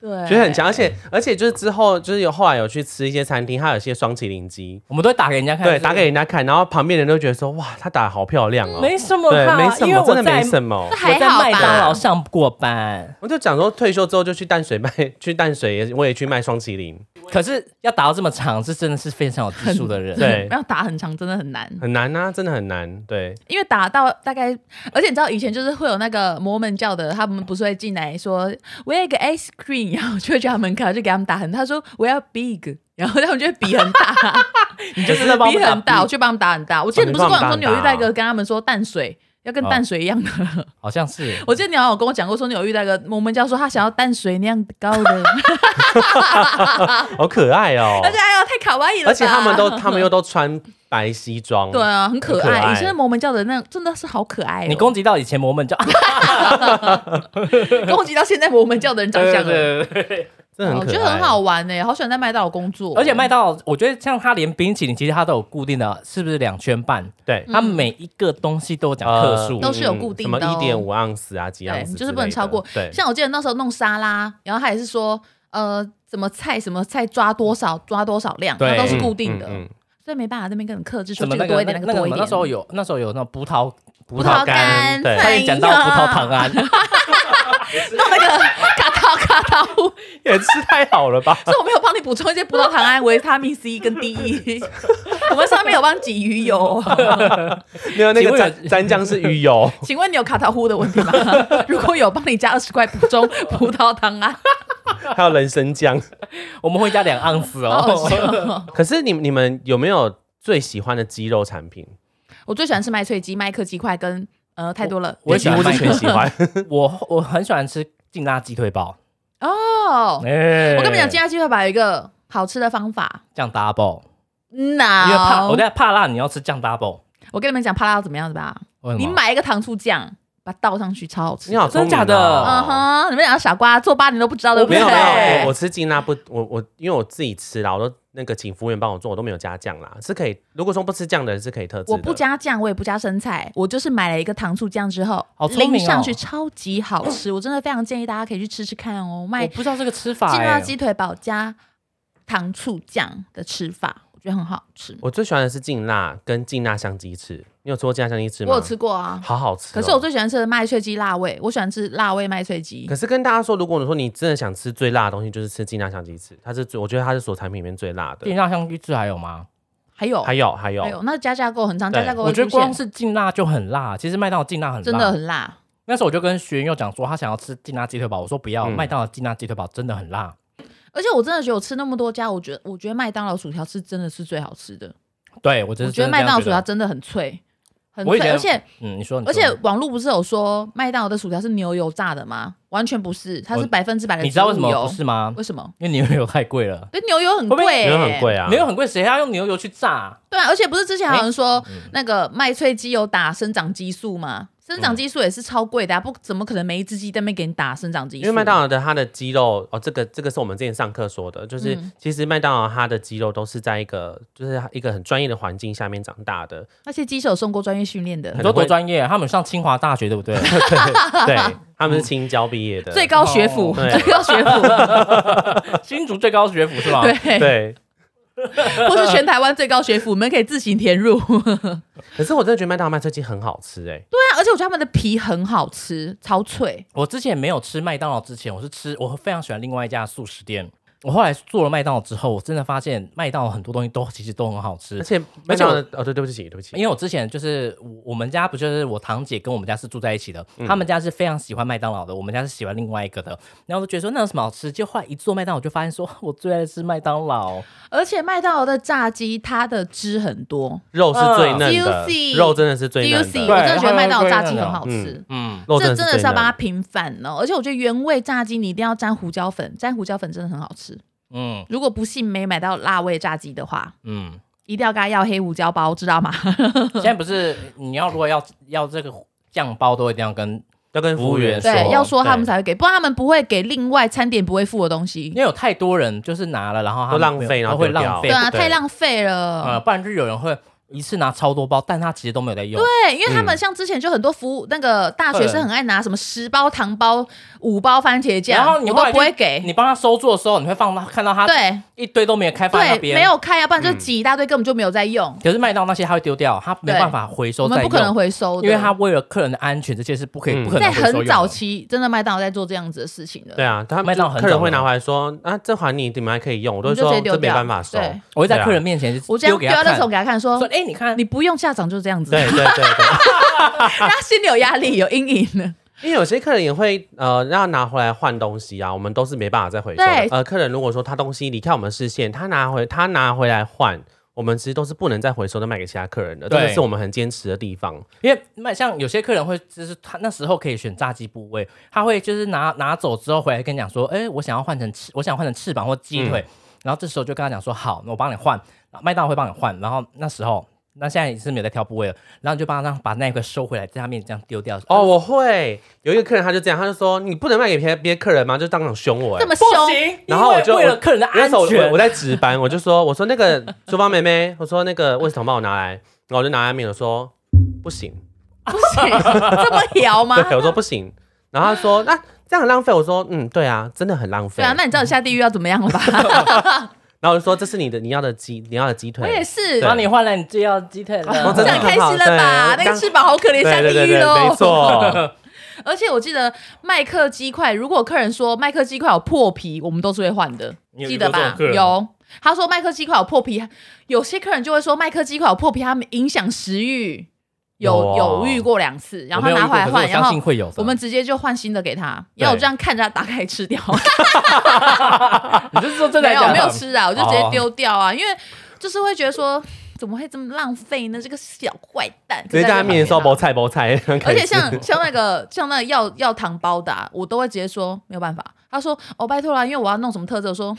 B: 对，
A: 觉 得很强，而且而且就是之后就是有后来有去吃一些餐厅，它有一些双麒麟鸡，
C: 我们都会打给人家看，
A: 对，
C: 就是
A: 打给人家看，然后旁边人都觉得说哇，他打得好漂亮哦，
C: 没什么
A: 对，
C: 吧，
A: 没什
C: 因为
A: 么，真
C: 我
A: 的
C: 在
A: 没什么
B: 那。还
C: 我在
B: 好
C: 麦当劳
B: 吧？
C: 上过班，
A: 我就讲说退休之后就去淡水卖，去淡水也我也去卖双麒麟，
C: 可是要打到这么长，是真的是非常有技术的人，
A: 对
B: 要打很长真的很难，
A: 很难啊，真的很难。对，
B: 因为打到大概，而且你知道以前就是会有那个摩门教的，他们不是会进来说我要一个 ice cream，然后我就会去他门口就给他们打很，他说我要 big，然后他们就会比很大。
C: 你就是在帮我
B: 比
C: 们打
B: 很大，我去帮他们打很大。我记得你不是跟我讲说纽约大哥跟他们说淡水。要跟淡水一样的，。
C: 好像是
B: 我记得你好像有跟我讲过，说纽约大哥，我们教说他想要淡水那样高的，
A: 好可爱哦、
B: 而且哎呦太卡哇伊了吧，
A: 而且他们都他们又都穿白西 装，
B: 对啊，很可
A: 很可
B: 爱。
A: 爱
B: 以前的摩门教的那真的是好可爱哦、
C: 你 攻击到以前魔门教，
B: 攻击到现在摩门教的人长相了，
C: 对对，
A: 这很
B: 哦我
A: 可
B: 觉得
A: 爱
B: 很好玩呢、好喜欢在麦当劳工作，
C: 而且麦当劳，我觉得像它连冰淇淋，其实它都有固定的，是不是两圈半？
A: 对，
C: 它每一个东西都有讲
A: 呃
C: 克数，
B: 都是有固定的哦
A: 什么一点五盎司啊，几盎
B: 对，
A: 司之类的，
B: 你就是不能超过。
A: 对，
B: 像我记得那时候弄沙拉，然后他也是说，呃，什么菜什么菜抓多少抓多少量，
C: 对
B: 它都
C: 嗯
B: 是固定的，
A: 嗯嗯
B: 所以没办法这边跟很克制，说
C: 什么
B: 这
C: 那
B: 个多
C: 个
B: 一点，
C: 那
B: 个
C: 个
B: 多
C: 什
B: 一
C: 么
B: 点。
C: 那时候有那时候有那种葡萄葡
B: 葡
C: 萄
B: 萄
C: 干，
B: 干
C: 对，
B: 哎
C: 差
B: 呀
C: 点讲到葡萄糖胺，
B: 弄那个卡套卡套 户，
A: 也吃太好了吧？
B: 所以我没有帮你补充一些葡萄糖胺、维他命 C 跟 D E，我们上面有帮挤鱼 油。
A: 没有那
C: 请
A: 个
C: 问
A: 蘸蘸酱是鱼 油，
B: 请问你有卡套户的问 题吗？如果有，帮你加二十块补充葡萄糖啊胺。
A: 还有人参酱。
C: 我们会加两盎司
B: 好好
C: 哦。
B: 笑哦
A: 可是你你们有没有最喜欢的鸡肉产品？
B: 我最喜欢吃麦脆鸡、麦克鸡块跟呃太多了
C: 我也
A: 几
C: 喜欢
A: 乎是全喜 欢。
C: 我我很喜欢吃劲辣鸡腿堡，
B: 哦。
C: 哎
B: 我跟你讲，金家鸡块堡有一个好吃的方法。
C: 酱 double，因为怕
B: No，
C: 我在怕辣，你要吃酱 double，
B: 我跟你们讲，帕拉要怎么样子吧？
C: 为什么
B: 你买一个糖醋酱，把它倒上去，超好吃
A: 你。好聪明哦，
C: 真假的
B: 嗯哼，你们两个傻瓜，做八年都不知道，对不
A: 没
B: 对？
A: 有没有，我我吃劲辣不，我我因为我自己吃啦，我都那个请服务员帮我做，我都没有加酱啦，是可以。如果说不吃酱的人是可以特制的。
B: 我不加酱，我也不加生菜，我就是买了一个糖醋酱之后
C: 好，聪明哦
B: 淋上去超级好吃，我真的非常建议大家可以去吃吃看哦。
C: 我
B: 卖
C: 不知道这个吃法
B: 劲
C: 哎
B: 辣，鸡腿堡加糖醋酱的吃法，我觉得很好吃。
A: 我最喜欢的是劲辣跟劲辣香鸡翅，你有吃过劲辣香鸡翅吗？
B: 我有吃，过啊，
A: 好好吃哦。
B: 可是我最喜欢吃的麦脆鸡辣味，我喜欢吃辣味麦脆鸡
A: 可。是跟大家说，如果你说你真的想吃最辣的东西，就是吃劲辣香鸡翅，它是最我觉得它是所有产品里面最辣的
C: 劲。辣香鸡翅还有吗？
B: 还有
A: 还有还
B: 还
A: 有，
B: 有，那加价购很长，
A: 对
B: 加价购
C: 我
B: 会
C: 觉得
B: 出
C: 光
B: 现，
C: 是劲辣就很辣，其实麦当劳劲辣很辣，
B: 真的很辣。
C: 那时候我就跟学员又讲说，他想要吃劲辣鸡腿堡，我说不要，
A: 嗯
C: 麦当劳劲辣鸡腿堡真的很辣，
B: 而且我真的觉得我吃那么多家，我觉得我觉得麦当劳薯条是真的是最好吃的。
C: 对我真
B: 我
C: 是
B: 觉得
C: 真的
B: 麦
C: 这
B: 当
C: 样
B: 劳
C: 觉
B: 薯条真的很脆，很
C: 我也
B: 脆，
C: 觉得
B: 而且
C: 嗯，你说，你
B: 而
C: 说
B: 且网络不是有说麦当劳的薯条是牛油炸的吗？完全不是，它
C: 我
B: 是百分之百的
C: 你知道为什
B: 植物
C: 么
B: 油
C: 不是吗？
B: 为什么？
C: 因为牛油太贵了，
B: 对，牛油很
C: 会不
B: 贵、
C: 会
A: 因
B: 欸，
A: 为很贵。啊，
C: 牛油很贵，谁还要用牛油去炸？
B: 对啊，而且不是之前好像说、
C: 嗯
B: 那个麦脆鸡有打生长激素吗？生长激素也是超贵的、啊，
C: 嗯
B: 不怎么可能每一只鸡在那边给你打生长激素？
A: 因为麦当劳的它的鸡肉哦，这个这个是我们之前上课说的，就是、
B: 嗯
A: 其实麦当劳它的鸡肉都是在一个就是一个很专业的环境下面长大 的，
B: 那些鸡是有受过专业训练的
C: 你
A: 很，
C: 说多
A: 会
C: 专业啊，他们上清华大学对不对？
A: 对，他们是青椒毕业 的，
B: 最高学
C: 哦
B: 府，
A: 对
B: 最高 学府，
C: 新竹最高学府是吧？
B: 对，
A: 对。
B: 或是全台湾最高学府，你们可以自行填入。
A: 可是我真的觉得麦当劳麦脆鸡很好吃哎、
B: 对啊，而且我觉得他们的皮很好吃，超脆。
C: 我之前没有吃麦当劳之前，我是吃我非常喜欢另外一家素食店。我后来做了麦当劳之后，我真的发现麦当劳很多东西都其实都很好吃
A: 而，且麦当劳的哦对对不起对不起，
C: 因为我之前就是我我们家不就是我堂姐跟我们家是住在一起的，
A: 嗯
C: 他们家是非常喜欢麦当劳的，我们家是喜欢另外一个的。然后我就觉得说那有什么好吃，就后来一做麦当劳就发现说 我最爱的是麦当劳，
B: 而且麦当劳的炸鸡，它的汁很多
A: 肉是最嫩的，
B: 嗯 Juicy
A: 肉真的是最嫩
B: ，juicy，
A: 的，
B: 我真的觉得麦当劳炸鸡很好
A: 嗯
B: 吃。
C: 嗯，
A: 肉
B: 这
A: 真的
B: 真的
A: 最
B: 是要
A: 嫩
B: 帮它平反哦，而且我觉得原味炸鸡你一定要沾胡椒粉，沾胡椒粉真的很好吃。
C: 嗯
B: 如果不信没买到辣味炸鸡的话，
C: 嗯，
B: 一定要跟他要黑胡椒包，知道吗？
C: 现在不是你要如果要要这个酱包都一定要跟，
A: 要跟服务员
C: 服务员
B: 对，
C: 说
B: 要说他们才会给，不然他们不会给另外餐点不会付的东西
C: 因。为有太多人就是拿了，然后他们
A: 都浪
C: 没有
A: 费然后
C: 会
A: 丢掉
C: 浪费，
B: 对啊，
A: 对
B: 太浪费
C: 呃，
B: 了。
C: 不然就有人会一次拿超多包，但他其实都没有在用，
B: 对，因为他们像之前就很多服务那个大学生很爱拿什么十包糖包、五包番茄酱，
C: 然后你
B: 我
C: 后来
B: 都不会
C: 就
B: 给。
C: 你帮他收桌的时候，你会放到看到他
B: 对
C: 一堆都没有开放在那
B: 对，
C: 边，
B: 没有开啊，不然
A: 嗯
B: 就挤一大堆，根本就没有在用，
C: 可是麦当劳那些他会丢掉，他没
B: 对
C: 办法回收
B: 我
C: 再
B: 们
C: 用，
B: 不可能回收的，
C: 因为他为了客人的安全，这些是不可以、
A: 嗯
C: 不可能
B: 在
C: 回收用
B: 很
C: 的
B: 早，期，真的麦当劳在做这样子的事情的。
A: 对啊，他
C: 麦
A: 们
C: 当劳很
A: 客人
C: 懂
A: 会
C: 的
A: 拿回来说啊这还你你们还可以用，我都
B: 你就
A: 会
B: 直
A: 说
B: 接丢
A: 这没
B: 掉
A: 办法收，
B: 对
C: 我会在
A: 对啊
C: 客人面前就
B: 我这样丢
C: 丢给他
B: 到
C: 看
B: 手，给他看，说
C: 说：“哎、你看
B: 你不用下场就这样子。”
A: 对对对对。
B: 他心里有压力，有阴影了。
A: 因为有些客人也会呃让拿回来换东西啊，我们都是没办法再回收的
B: 对。
A: 呃，客人如果说他东西离开我们视线，他拿回他拿回来换，我们其实都是不能再回收的卖给其他客人的，这
C: 对哦
A: 个是我们很坚持的地方。
C: 因为麦像有些客人会，就是他那时候可以选炸鸡部位，他会就是拿拿走之后回来跟你讲说，哎、我想要换成翅，我想换成翅
A: 嗯
C: 膀或鸡腿，然后这时候就跟他讲说，好，那我帮你换，麦当劳会帮你换，然后那时候。那现在你是没有在挑部位了，然后你就帮他让把那一块收回来，在他面前这样丢掉。
A: 哦，我会有一个客人，他就这样，他就说你不能卖给别别的客人吗？就当场凶我、欸，
B: 这么
C: 不
B: 凶，
C: 行，
A: 然后我就
C: 因为为了客人的
A: 那
C: 安
A: 时候我
C: 全，
A: 我我在值班，我就说我说那个厨房妹妹，我说那个卫生桶帮我拿来，然后我就拿来面，我说不行，
B: 不行，这么摇吗？
A: 对，我说不行，然后他说那、这样很浪费，我说嗯，对啊，真的很浪费。
B: 对啊，那你知道你下地狱要怎么样了吧？
A: 然后我就说这是你的你要的鸡你要的鸡
B: 我
A: 腿
B: 也，是，
C: 帮你换了你就要鸡腿
A: 我
C: 了。
B: 这
A: 真的
B: 样开心了吧？
A: 对
B: 那个翅膀好可怜，
A: 对
B: 下
A: 对
B: 地
A: 对
B: 狱
A: 对，
B: 喽。
A: 没错，
B: 而且我记得麦克鸡块，如果客人说麦克鸡块有破皮，我们都是会换的，
C: 你有
B: 记
C: 遇
B: 得
C: 过这
B: 吧
C: 种？客人吗
B: 有，他说麦克鸡块有破皮，有些客人就会说麦克鸡块有破皮，他们影响食欲，有
A: 有哦
B: 有遇过两次，然
C: 啊我
B: 后
C: 没有遇
B: 拿
C: 过
B: 回来
C: 可是我
B: 换，然
C: 相信
B: 后
C: 会有的。
B: 我们直接就换新的给他，
A: 对
B: 要我这样看着他打开吃 掉，
C: 你就是说真的
B: 没
C: 还
B: 有
C: 是假的
B: 没有吃啊，我就直接
C: 哦
B: 丢掉啊，因为就是会觉得说怎么会这么浪费呢？这个小坏蛋，
A: 直接在他面前说
B: 就在
A: 包菜包菜，
B: 而
A: 而
B: 且像像那个像那个要要糖包的啊、我都会直接说没有办法。他说哦拜托啦，因为我要弄什么特色，我说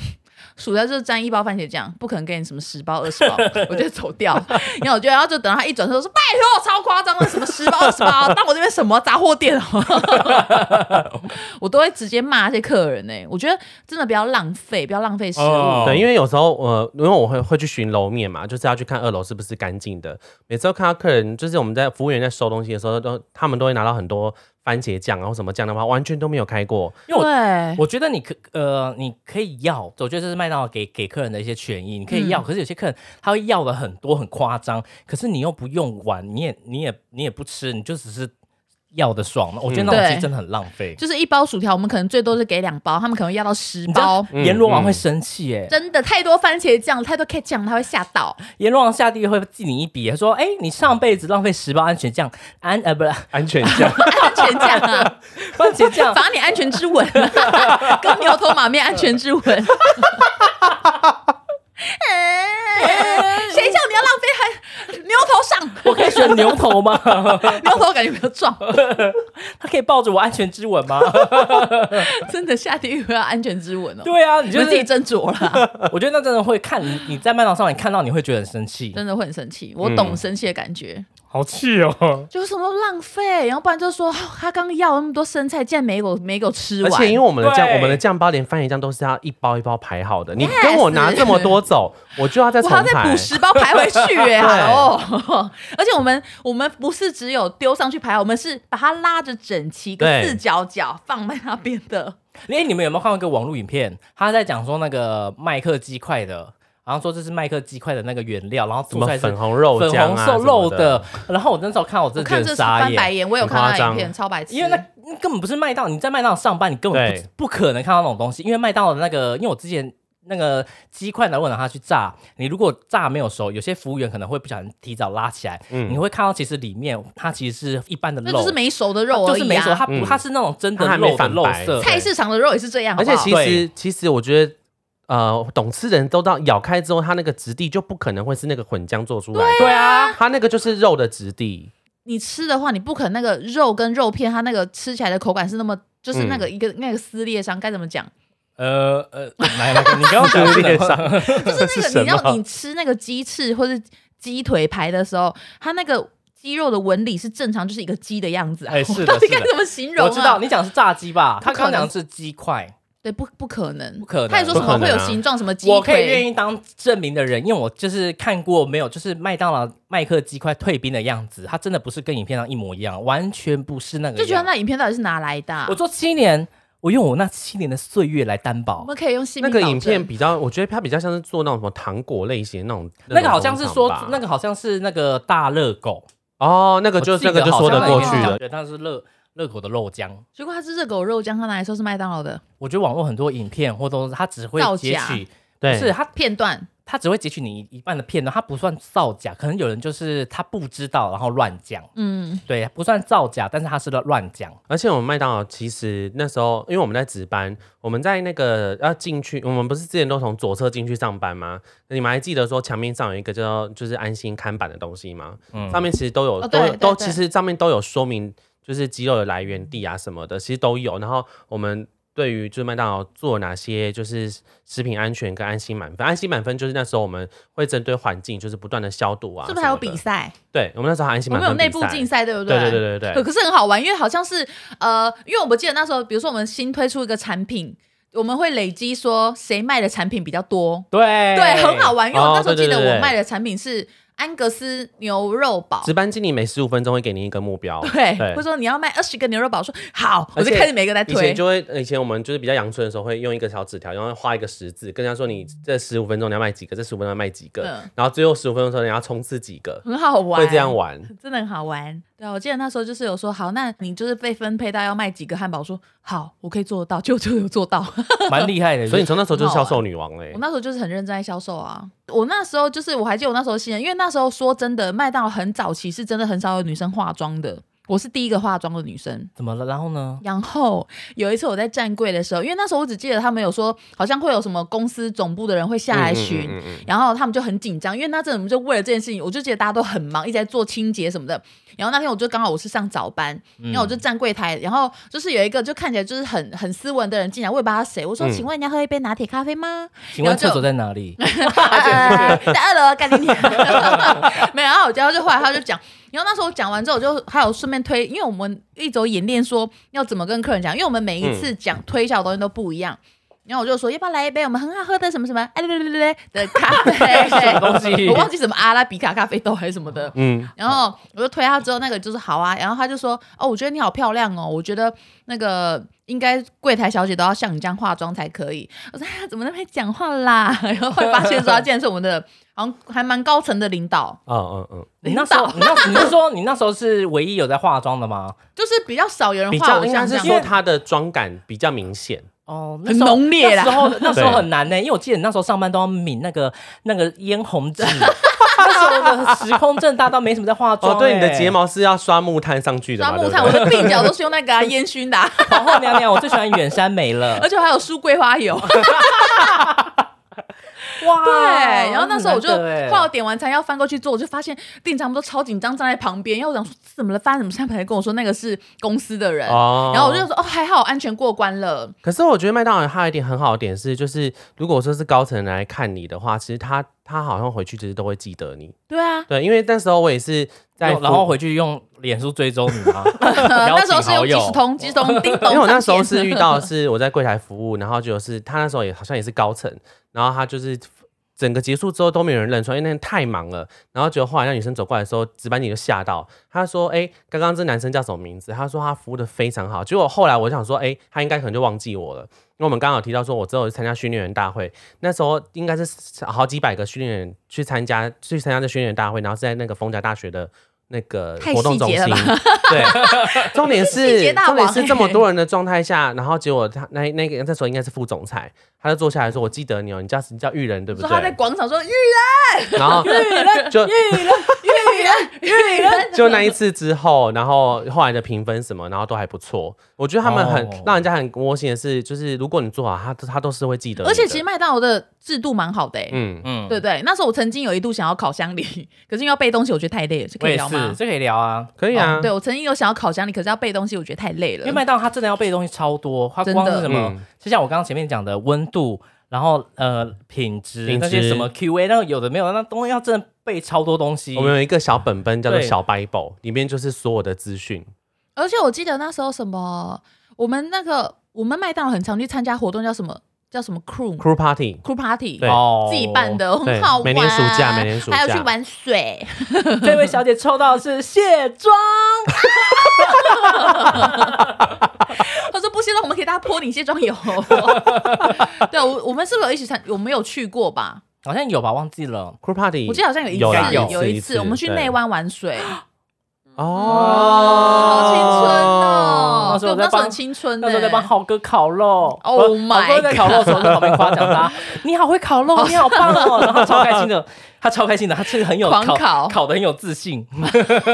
B: 薯条就是沾一包番茄酱，不可能给你什么十包二十包，我就走掉。然后我就然后就等到他一转头说拜托，超夸张的，什么十包二十包，当我这边什么杂货店哦， 我都会直接骂那些客人呢、欸我觉得真的不要浪费，不要浪费食物。
C: 哦
A: 对，因为有时候呃，因为我会会去巡楼面嘛，就是要去看二楼是不是干净的。每次都看到客人，就是我们在服务员在收东西的时候，都他们都会拿到很多番茄酱啊或什么酱的话，完全都没有开过。
C: 因为我
B: 对，
C: 我觉得你可呃，你可以要，我觉得这是麦当劳给给客人的一些权益，你可
B: 嗯
C: 以要。可是有些客人他会要的很多很夸张，可是你又不用完，你也你也你也不吃，你就只是要的爽嘛。我觉得那种
B: 对
C: 其实真的很浪费。
B: 就是一包薯条，我们可能最多是给两包，他们可能要到十
C: 你知
B: 包
C: 道。阎罗王
A: 嗯
C: 会生气耶、
B: 真的太多番茄酱，太多 K 酱，他会吓 到。
C: 阎罗王下地狱会记你一笔，他说：“哎、你上辈子浪费十包安全酱，安呃不是
A: 安全 酱
B: 安全酱 啊，
C: 番茄 酱，
B: 罚你安全之吻，跟牛头马面安全 之吻。谁叫你要浪费还牛头上？
C: 我可以选牛头吗？
B: 牛头感觉没有撞，
C: 他可以抱着我安全之吻 吗？
B: 真的下地狱会要安全之吻哦。
C: 对啊，你
B: 你
C: 就
B: 们自己
C: 是，
B: 斟酌 啦，
C: 我觉得那真的会看你你在麦当劳上，你看到你会觉得很生气，
B: 真的会很生气。我懂生气的感觉，
C: 嗯好气哦。
B: 就是什么浪费，然后不然就说哦他刚要那么多生菜，竟然没给我没给我吃
A: 而
B: 完。
A: 且因为我们的酱，
C: 对
A: 我们的酱包连番茄酱都是要一包一包排好的。你跟我拿这 么多走，我就要再
B: 我
A: 重
B: 还要再
A: 排
B: 补。十包排回去 耶、 哦！ 而且我们我们不是只有丢上去排，我们是把它拉着整齐，个
A: 对
B: 四角角放在那边的。
C: 哎，你们有没有看过一个网络影片？他在讲说那个麦克鸡块的，然后说这是麦克鸡块的那个原料，然后
A: 什
C: 做
A: 么
C: 出来是
A: 粉红肉
C: 粉
A: 酱
C: 红
A: 啊，
C: 瘦肉
A: 什么的，
C: 的。然后我那时候看，我
B: 我
C: 真的觉
B: 看这是
C: 得傻
B: 翻白
C: 眼。
B: 眼，我有
A: 很
B: 看到
A: 夸
B: 那
A: 张
B: 影片，超白痴。
C: 因为那那根本不是麦当，你在麦当劳上班，你根本不
A: 对
C: 不可能看到那种东西，因为麦当劳的那个，因为我之前那个鸡块呢，我拿它去炸，你如果炸没有熟，有些服务员可能会不小心提早拉起来，
A: 嗯
C: 你会看到其实里面它其实是一般的
B: 那
C: 肉，
B: 就是没熟的肉而已、啊，
C: 就是没熟，它不
A: 嗯
C: 它是那种真的
A: 它还没
C: 肉的
A: 反
C: 肉
A: 白
C: 色，
B: 菜市场的肉也是这样好
A: 而
B: 不好
A: 且其实其实我觉得。呃，懂吃的人都到咬开之后，它那个质地就不可能会是那个混浆做出来的，
C: 对啊，
A: 它那个就是肉的质地。
B: 你吃的话，你不可能那个肉跟肉片，它那个吃起来的口感是那么，就是
C: 嗯
B: 那个一个、那个撕裂伤，该怎么讲？
C: 呃呃，来来，你刚刚 讲
A: 撕
C: 这
A: 裂
C: 个
A: 伤
B: 啊就是那个
A: 是
B: 你
A: 什
B: 要
A: 么
B: 你吃那个鸡翅或是鸡腿排的时候，它那个鸡肉的纹理是正常，就是一个鸡的样子啊。
C: 哎是的
B: 我到底
C: 是的
B: 该怎么形容、啊？
C: 我知道你讲的是炸鸡吧？他
B: 不可
C: 刚刚
B: 能
C: 讲的是鸡块，
B: 对，不不可能，
C: 不可能
B: 他也说什
A: 不
B: 么
A: 可能
B: 会有
A: 啊
B: 形状，什么鸡腿，
C: 我可以愿意当证明的人，因为我就是看过没有，就是麦当劳麦克鸡块退兵的样子，它真的不是跟影片上一模一样，完全不是那个
B: 就
C: 样。
A: 啊
B: 觉得那影片到底是哪来的啊、
C: 我做七年，我用我那七年的岁月来担
B: 我
C: 保。
B: 们可以用姓
A: 那
B: 名
A: 个
B: 保
A: 影片
B: 证。
A: 比较，我觉得它比较像是做那种什么糖果类型的那种，
C: 那个好像是说
A: 种厂，吧
C: 那个好像是那个大热狗，
A: 哦，那个就
C: 我
A: 是
C: 记
A: 那个就
C: 好
A: 说
C: 像
A: 得过去
C: 那个
A: 了
C: 对，它是热热狗的肉酱。
B: 结果它是热狗肉酱，它拿来说是麦当劳的
C: 我觉得网络很多影片或都是它只会
B: 造
C: 截
B: 假
C: 取，不
A: 对，
C: 是它
B: 片段，
C: 它只会截取你一半的片段，它不算造假。可能有人就是他不知道，然后乱讲，
B: 嗯，
C: 对，不算造假，但是他是乱讲。
A: 而且我们麦当劳其实那时候，因为我们在值班，我们在那个要进去，我们不是之前都从左侧进去上班吗？你们还记得说墙面上有一个叫就是安心看板的东西吗？
C: 嗯
A: 上面其实都有，
B: 哦
A: 都
B: 对
A: 有都
B: 对对
A: 其实上面都有说明，就是鸡肉的来源地啊什么的，其实都有。然后我们对于就是麦当劳做哪些就是食品安全跟安心满分，安心满分就是那时候我们会针对环境就是不断的消毒啊，
B: 是不是还有比？赛？
A: 对，我们那时候还安心
B: 我
A: 满
B: 们
A: 分
B: 有内
A: 比
B: 部
A: 赛
B: 竞赛，对不
A: 对
B: 对
A: 对对对
B: 可
A: 对，
B: 可是很好玩，因为好像是呃，因为我们记得那时候，比如说我们新推出一个产品，我们会累积说谁卖的产品比较多，
C: 对
A: 哎
B: 对，很好。玩。因为我那时候
A: 哦对
B: 记得
A: 对对
B: 我卖的产品是安格斯牛肉堡，
A: 值班经理每十五分钟会给你一个目标，
B: 对，
A: 哦对
B: 会说你要卖二十个牛肉堡，我说好，我
A: 而且
B: 就开始每个在
A: 以
B: 推
A: 前。就会，以前我们就是比较阳春的时候，会用一个小纸条，然后画一个十字，跟人家说你这十五分钟你要卖几个，这十五分钟要卖几个，
B: 嗯
A: 然后最后十五分钟的时候你要冲刺几个，
B: 很好玩，
A: 会这样玩。
B: 真的很好玩。对啊，我记得那时候就是有说，好，那你就是被分配到要卖几个汉堡，我说好，我可以做得到，就就有做到。
C: 蛮厉害的。
A: 所以你
C: 就
A: 从那时候就是销售女王嘞、
B: 我那时候就是很认真在销售啊。我那时候就是我还记得我那时候新人，因为那时候说真的，麦当劳很早期是真的很少有女生化妆的，我是第一个化妆的女生。
C: 怎么了？然后呢？
B: 然后有一次我在站柜的时候，因为那时候我只记得他们有说，好像会有什么公司总部的人会下来巡，
A: 嗯嗯嗯嗯
B: 然后他们就很紧张，因为那阵我们就为了这件事情，我就记得大家都很忙，一直在做清洁什么的。然后那天我就刚好我是上早班，
A: 嗯
B: 嗯
C: 嗯
B: 然后我就站柜台，然后就是有一个就看起来就是很很斯文的人进来，我也不知道他谁，我说：“
A: 嗯
B: 请问你要喝一杯拿铁咖啡吗？”
C: 请问
B: 然后就
C: 厕所在 哪里？
B: 啊在二楼干你娘！没有，然后我就就后来他就讲，然后那时候我讲完之后，我就还有顺便推，因为我们一周演练说要怎么跟客人讲，因为我们每一次讲推销的东西都不一样。然后我就说，要不要来一杯我们很好喝的什么什么哎对对对对对的咖啡？
C: 东西
B: 我忘记什么阿拉比卡咖啡豆还是什么的。
A: 嗯，
B: 然后我就推他之后，那个就是好啊。然后他就说：“哦，我觉得你好漂亮哦，我觉得那个应该柜台小姐都要像你这样化妆才可以。”我说：“哎呀，怎么那么会讲话啦？” 然后会发现说他竟然是我们的，好像还蛮高层的领导，
A: 哦嗯嗯，
C: 你那时候，你那你是说你那时候是唯一有在化妆的吗？
B: 就是比较少有人
A: 比
B: 画
A: 较
B: 我
A: 应该
B: 像这
A: 是
B: 样。
A: 说它的妆感比较明显，
C: 哦，
B: 很浓烈啦
C: 那时候那时候
A: 对
C: 很难呢、因为我记得你那时候上班都要抿那个那个嫣 红纸。那时候的时空正大到没什么在化妆、
A: 哦，对，你的 睫
C: 毛。
A: 毛是要刷木炭上去的
B: 哎刷
A: 嘛，
B: 木
A: 对不
B: 炭，我
A: 对？
B: 的鬓角都是用那个啊烟熏的啊、
C: 皇后 娘娘，我最喜欢远山美了
B: 而。且我还有梳桂花
A: 啊
B: 油。
C: 哇，
B: 对，然后那时候我就
C: 很难得欸
B: 后来我点完餐要翻过去做，我就发现店长们都超紧张站在旁边，然后我想说怎么了，发生什么事？他们才跟我说那个是公司的人，
A: 哦
B: 然后我就说哦还好安全过关了，
A: 可是我觉得麦当劳它有一点很好的点是，就是如果说是高层来看你的话，其实他他好像回去其实都会记得你。
B: 对 啊。
A: 对，因为那时候我也是在
C: 然
A: 服
C: 后回去用脸书追踪你吗？
B: 那
C: 那
B: 时候是用即时通，即时通叮咚。
A: 因为我那时候是遇 到的是我在柜台服务，然后就是他那时候也好像也是高层，然后他就是整个结束之后都没有人认出来，因为那天太忙了。然后结果后来那女生走过来的时候，值班经理就吓到，他说：“哎、刚刚这男生叫什么名字？”他说他服务的非常好。结果后来我想说，哎、他应该可能就忘记我了。因为我们刚好提到说，我之后去参加训练员大会，那时候应该是好几百个训练员去参加，去参加这训练员大会，然后是在那个丰甲大学的那个
B: 太
A: 活动
B: 细
A: 中
B: 节
A: 心
B: 了。
A: 对， 重点
B: 你是
A: 是
B: 细节大
A: 重
B: 王
A: 点是这么
B: 欸
A: 多人的状态下，然后结果他那那个那时候应该是副总裁，他就坐下来说：“我记得你哦，你叫你叫玉人对不
B: 说他在
A: 对
B: 广场说玉？”
A: 然后就
B: 人玉人，
A: 就那一次之后，然后后来的评分什么，然后都还不错。我觉得他们很、
C: 哦
A: 让人家很窝心的是，就是如果你做好，他他都是会记得你的。
B: 而且其实麦当劳的制度蛮好的欸，
A: 嗯，
C: 嗯，
B: 对不对？那时候我曾经有一度想要烤箱里，可是因为要备东西，我觉得太累了，是
C: 我
B: 可以
C: 也
B: 聊
C: 是，
B: 吗？
C: 这可以聊啊。
A: 可以啊。
B: 哦对我曾经有想要烤箱里，可是要备东西，我觉得太累了
C: 因为。麦当劳它真的要备的东西超多，它光是什
B: 真
A: 的
C: 么，
A: 嗯
C: 就像我刚刚前面讲的温度，然后呃品质
A: 品质
C: 那些什么 QA，那有的没有，那东西要真的备超多东西
A: 我。们有一个小本本叫做
C: 对
A: 小 Bible，里面就是所有的资讯。
B: 而且我记得那时候什么，我们那个我们麦当劳很常去参加活动，叫什么叫什么 crew
A: Crew Party，
B: crew party，
A: 对
C: 哦
B: 自己办。的，很
A: 对
B: 好玩。
A: 每年暑假每年暑假
B: 还有去玩水，
C: 这位小姐抽到的是卸妆，
B: 他说不行了，我们给大家泼你卸妆油。 对，我我们是不是有一起参？我们有去过吧？
C: 好像有吧，忘记了。
A: Crew Party，
B: 我记得好像有一
A: 有啦
B: 次，
A: 有
B: 有
A: 一
B: 一
A: 次
B: 次我们去
A: 对
B: 内湾玩水，
A: 哦，
B: 好青春哦！
C: 那时
B: 对，
C: 候
B: 我们那时候
C: 在帮
B: 很青春呢，欸
C: 那时候在帮浩哥烤肉
B: Oh
C: 我
B: my
C: 浩哥在烤肉的时候在旁边夸奖他：“你好会烤肉，你好棒哦！”然后他超开心的，他超开心的，他是很有
B: 狂
C: 烤
B: 烤
C: 烤的很有自信。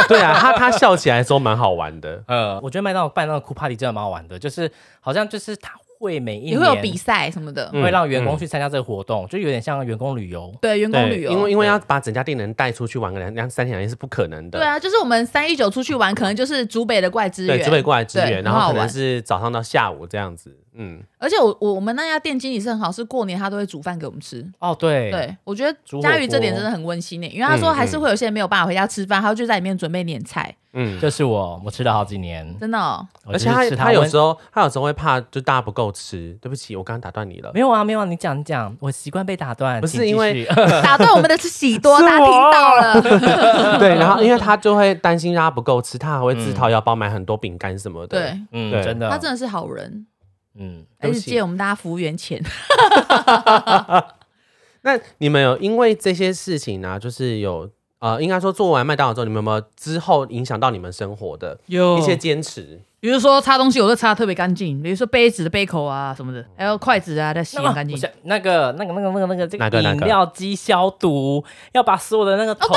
A: 对啊，他他笑起来的时候蛮好玩的。
C: 呃，我觉得麦当劳办那个酷 party 真的蛮好玩的，就是好像就是他会每一
B: 也
C: 年
B: 会有比赛什么的。
A: 嗯
C: 会让员工
A: 嗯
C: 去参加这个活动，就有点像员工旅游。
B: 对，员工
A: 对，
B: 旅游，
A: 因为因为要把整家店的人带出去玩个两两三天两夜是不可能的。
B: 对啊，就是我们三一九出去玩，可能就是竹北的怪之
A: 对，
B: 源，
A: 只会过来支
B: 对
A: 援，
B: 很
A: 然
B: 好
A: 后可能
B: 玩
A: 是早上到下午这样子。嗯，
B: 而且我我我们那家店经理是很好，是过年他都会煮饭给我们吃。
C: 哦，对，
B: 对，我觉
C: 煮
B: 得
C: 火
B: 佳宇这点
C: 锅
B: 真的很温馨欸呢，因为他说
A: 嗯
B: 还是
A: 嗯
B: 会有些人没有办法回家吃饭，他就在里面准备年菜，
A: 嗯，
C: 这是我，我吃了好几年，
B: 真的 哦。
C: 我
A: 而且
C: 就是
A: 他
C: 吃
A: 他有
C: 温
A: 时候他有时候会怕，就大家不够吃。对不起，我刚刚打断你了
C: 没。有啊，没有啊，你讲你讲，我习惯被打断，
A: 不是
C: 请继
A: 因为
C: 续
B: 打断我们的是喜多，
C: 是哦
B: 大家听到 了。嗯
A: 对，然后因为他就会担心大家不够吃，他还会自掏腰包买很多饼干什么的。
B: 对，
C: 嗯，
A: 对
C: 真的，
B: 他真的是好人，
C: 嗯，
A: 对
B: 而
A: 不
B: 且
A: 起
B: 借我们大家服务员钱。
A: 那你们有因为这些事情呢、就是有呃，应该说做完麦当劳之后，你们有没有之后影响到你们生活的
D: 有
A: 一些坚持？
D: 比如说擦东西，我都擦得特别干净，比如说杯子的杯口啊什么的，还有筷子啊，再洗
C: 那
D: 很
C: 么
D: 干净
C: 我。想那个那个那个那个那个这
A: 哪个哪
C: 饮
A: 个哦
C: 料机消毒，要把所有的那个头、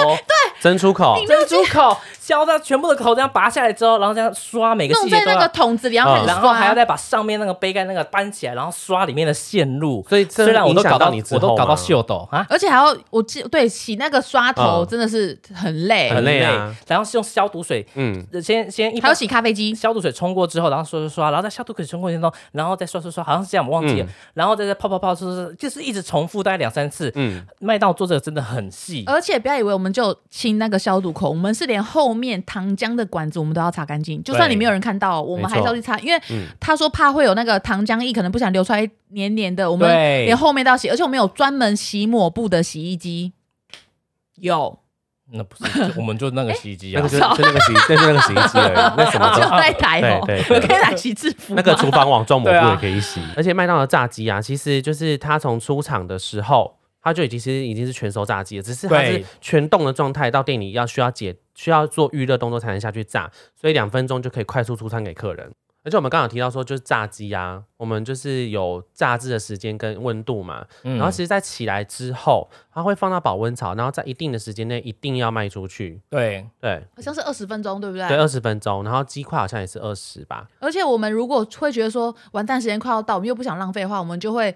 A: 真出口，
C: 珍珠口消到全部的口这样拔下来之后，然后这样刷每个细
B: 弄
C: 节
B: 在那
C: 都要嗯
B: 个，桶子里，然后开始
C: 然后还
B: 刷。
C: 要再把上面那个杯盖那个搬起来，然后刷里面的线路。
A: 所以这
C: 虽然我都
A: 影响
C: 搞
A: 到
C: 到
A: 你之
C: 我
A: 后
C: 都搞到
A: 吗
C: 秀抖啊，
B: 而且还要我记对洗那个刷头
A: 嗯
B: 真的是很累，
A: 很累啊
C: 然后是用消毒水，
A: 嗯，
C: 呃先先一
B: 还
C: 般
B: 有洗咖啡 机，
C: 消毒水冲过之后，然后刷刷刷，然后再消毒水冲过去弄，然后再刷刷刷，好像是这样，我忘记了。
A: 嗯
C: 然后再再泡泡泡，就是就是一直重复大概两三次。
A: 嗯
C: 嗯，麦当劳做这个真的很细，
B: 而且不要以为我们就清那个消毒口，我们是连后面糖浆的管子我们都要擦干净，就算你没有人看到，我们还是要去擦，因为他说怕会有那个糖浆液，可能不想流出来黏黏的，我们
C: 对
B: 连后面都要洗，而且我们有专门洗抹布的洗衣机，有
C: 那不是，就我们就
B: 哎
C: 那个洗衣机
A: 那
C: 啊
A: 个。就就那个洗，那就那个洗衣机而 已，那什么
B: 就
A: 都
B: 在台哦，
A: 对
B: 可
A: 对对
B: 以来洗制服吗
A: 那个厨房网状抹布
C: 对啊
A: 也可以洗。而且麦当劳炸鸡啊，其实就是它从出厂的时候，它就已经是已经是全熟炸鸡了，只是它
C: 对
A: 是全冻的状态，到店里要需要解需要做预热动作才能下去炸，所以两分钟就可以快速出餐给客人。而且我们刚刚有提到说，就是炸鸡啊，我们就是有炸制的时间跟温度嘛，
C: 嗯
A: 然后其实在起来之后，它会放到保温槽，然后在一定的时间内一定要卖出去，
C: 对，
A: 对
B: 好像是二十分钟，对不
A: 对，二十分钟，然后鸡块好像也是二十吧，
B: 而且我们如果会觉得说完蛋时间快要到，我们又不想浪费的话，我们就会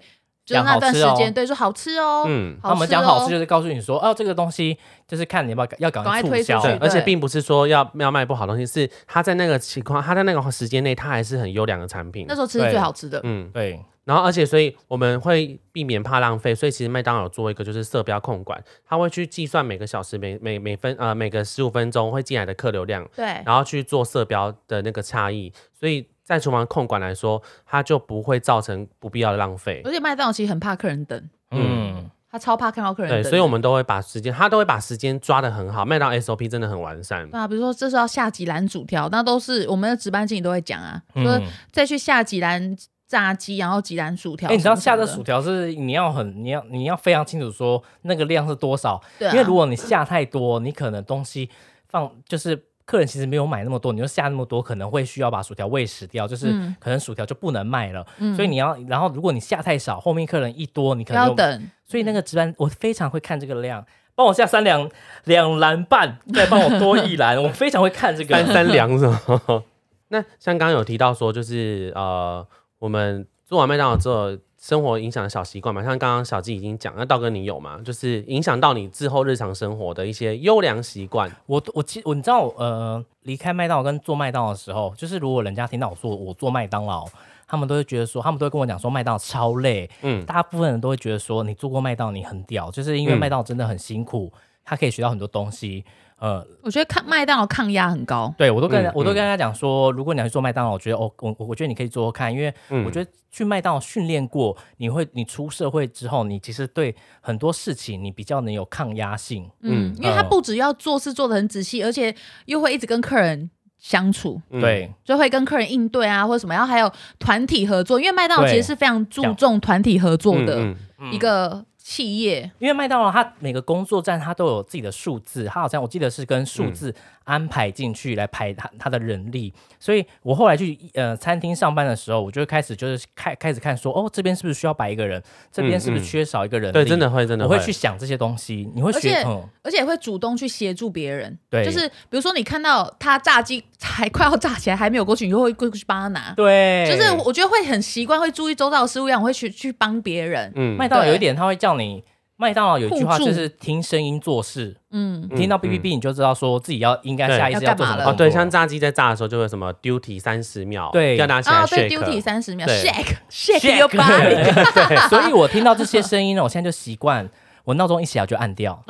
B: 就是
C: 讲
B: 那
C: 好
B: 段时
C: 吃哦
B: 间、对说好吃哦，
A: 嗯
C: 那我们讲
B: 哦
C: 好吃就是告诉你说，哦，这个东西就是看你要不要要赶
B: 赶快
C: 快促
B: 推出
C: 销
B: 去。
A: 对，而且
B: 对
A: 并不是说要要卖不好东西，是他在那个情况，他在那个时间内，他还是很优良的产品
B: 那。时候吃是最好吃的。
A: 嗯，
C: 对，
A: 然后而且所以我们会避免怕浪费，所以其实麦当劳有做一个就是色标控管，他会去计算每个小时每每每分呃每个十五分钟会进来的客流量，
B: 对，
A: 然后去做色标的那个差异，所以在厨房控管来说，它就不会造成不必要的浪费。
B: 而且麦当劳其实很怕客人等，
C: 嗯，
B: 他超怕看到客人
A: 对，
B: 等。
A: 所以我们都会把时间，他都会把时间抓得很好，麦当劳 SOP 真的很完善。
C: 嗯
B: 对啊，比如说这是要下几篮薯条，那都是我们的值班经理都会讲啊，说
C: 嗯
B: 再去下几篮炸鸡，然后几篮薯条什么什么的。
C: 哎、你知道下这薯条是你要很你要你要非常清楚说那个量是多少，
B: 对啊
C: 因为如果你下太多，你可能东西放就是。客人其实没有买那么多，你就下那么多，可能会需要把薯条喂食掉，就是
B: 嗯
C: 可能薯条就不能卖了。
B: 嗯
C: 所以你要，然后如果你下太少，后面客人一多，你
B: 不
C: 可能
B: 要
C: 又。
B: 等，
C: 所
A: 嗯
C: 以那个值班我非常会看这个量，帮我下三两两篮半，再帮我多一 篮，我非常会看这
A: 三
C: 个。
A: 三两什么？那像刚刚有提到说，就是呃，我们做完麦当劳之后，生活影响的小习惯嘛，像刚刚小纪已经讲，那道哥你有吗？就是影响到你之后日常生活的一些优良习惯，
C: 我我其我你知道我呃，离开麦当劳跟做麦当劳的时候，就是如果人家听到我说我做麦当劳，他们都会觉得说，他们都会跟我讲说麦当劳超累，
A: 嗯，
C: 大部分人都会觉得说你做过麦当劳你很屌，就是因为
A: 嗯
C: 麦当劳真的很辛苦，他可以学到很多东西，呃，
B: 我觉得看麦当劳抗压很高。
C: 对，我都跟、
A: 嗯
C: 我都跟他讲说，如果你要去做麦当劳，我觉得哦，我我我觉得你可以做做看，因为
A: 嗯
C: 我觉得去麦当劳训练过，你会你出社会之后，你其实对很多事情你比较能有抗压性。
B: 嗯
A: 嗯，
B: 因为他
C: 嗯
B: 不只要做事做的很仔细，而且又会一直跟客人相处。
A: 嗯，
C: 对，
B: 就会跟客人应对啊，或者什么，然后还有团体合作，因为麦当劳其实是非常注重团体合作的
A: 嗯
B: 一个企业，
C: 因为麦当劳它每个工作站它都有自己的数字，它好像我记得是跟
A: 嗯
C: 数字安排进去来排它它的人力，所以我后来去呃餐厅上班的时候，我就开始就是开开始看说哦这边是不是需要摆一个人，这边是不是
A: 嗯嗯
C: 缺少一个人、
A: 对，真的，会，真的
C: 我会去想这些东西，你会
B: 而
C: 学
B: 且
C: 嗯
B: 而且会主动去协助别人。
C: 对
B: 就是比如说你看到他炸鸡还快要炸起来还没有过去，你就会过去帮他拿。
C: 对，
B: 就是我觉得会很习惯，会注意周到的事物一样，我会去去帮别人。
A: 嗯
C: 麦当劳有一
B: 对
C: 点他会叫你。麦当劳有一句话
B: 互助
C: 就是听声音做事，
B: 嗯，
C: 你听到哔哔哔你就知道说自己要应该
A: 对
C: 下意识
B: 要
C: 做
B: 干嘛
C: 什么
B: 了
A: 哦，
C: 动
A: 对，
C: 作
A: 像炸鸡在炸的时候就会什么 duty 三十秒，
C: 对
A: 要拿起来
B: 啊，对
A: shake
B: ，duty 三十秒
A: 对
B: ，shake shake
C: Shake
B: your body，
C: 对，所以我听到这些声音呢，我现在就习惯，我闹钟一响就按 掉。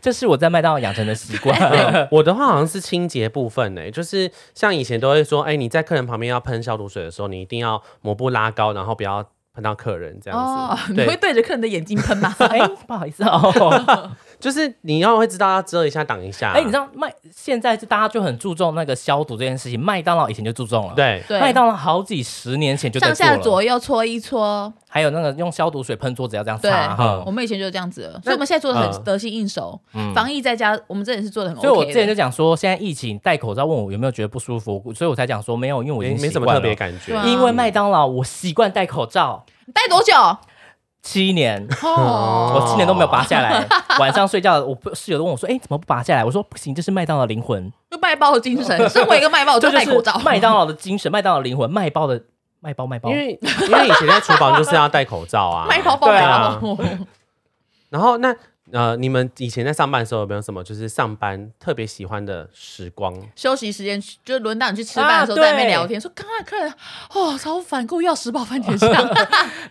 C: 这是我在麦当劳养成的习惯。
A: 我的话好像是清洁部分呢、就是像以前都会说，哎、你在客人旁边要喷消毒水的时候，你一定要抹布拉高，然后不要喷到客人这样子。
B: 哦，你会
A: 对，
B: 对着客人的眼睛喷 吗？
C: 哎、不好意思哦。
A: 就是你要会知道要遮一下挡一下。
C: 哎、你知道麦现在是大家就很注重那个消毒这件事情，麦当劳以前就注重了。。
A: 对，
B: 对，
C: 麦当劳好几十年前就在
B: 上
C: 做
B: 下
C: 了，
B: 左右搓一搓，
C: 还有那个用消毒水喷桌子要这样
B: 对
C: 擦哈
B: 我。们以前就是这样子了，所以我们现在做的很
A: 嗯
B: 得心应手。
C: 嗯
B: 防疫在家，我们这也是做的很 OK
C: 所
B: 的。
C: 以我之前就讲说，现在疫情戴口罩，问我有没有觉得不舒服，所以我才讲说没有，因为我已
A: 没
C: 经
A: 没什
C: 习
A: 么
C: 惯
A: 特别
C: 了，
A: 感觉
B: 对。啊
C: 因为麦当劳我习惯戴口罩
B: 你戴多久？
C: 七年。
B: 哦，
C: 我七年都没有拔 下来。晚上睡觉，我不室友都问我说：“哎、怎么不拔下来？”我说：“不行，这是麦当劳的灵魂，
B: 就卖包的精 神。身为一个卖包，我
C: 这
B: 就哦戴口
C: 就是
B: 罩。，
C: 麦当劳的精神，麦当劳的灵魂，卖包的卖包卖包
A: 因。为因为以前在厨房就是要戴口罩啊
B: 卖包包，
A: 对
B: 卖
A: 啊。
B: 包包。
A: 然后那呃，你们以前在上班的时候有没有什么就是上班特别喜欢的时光？
B: 休息时间就轮到你去吃饭的时候，
C: 啊对
B: 在那边聊天，说刚才客人哦超烦，跟我要十包番 茄酱，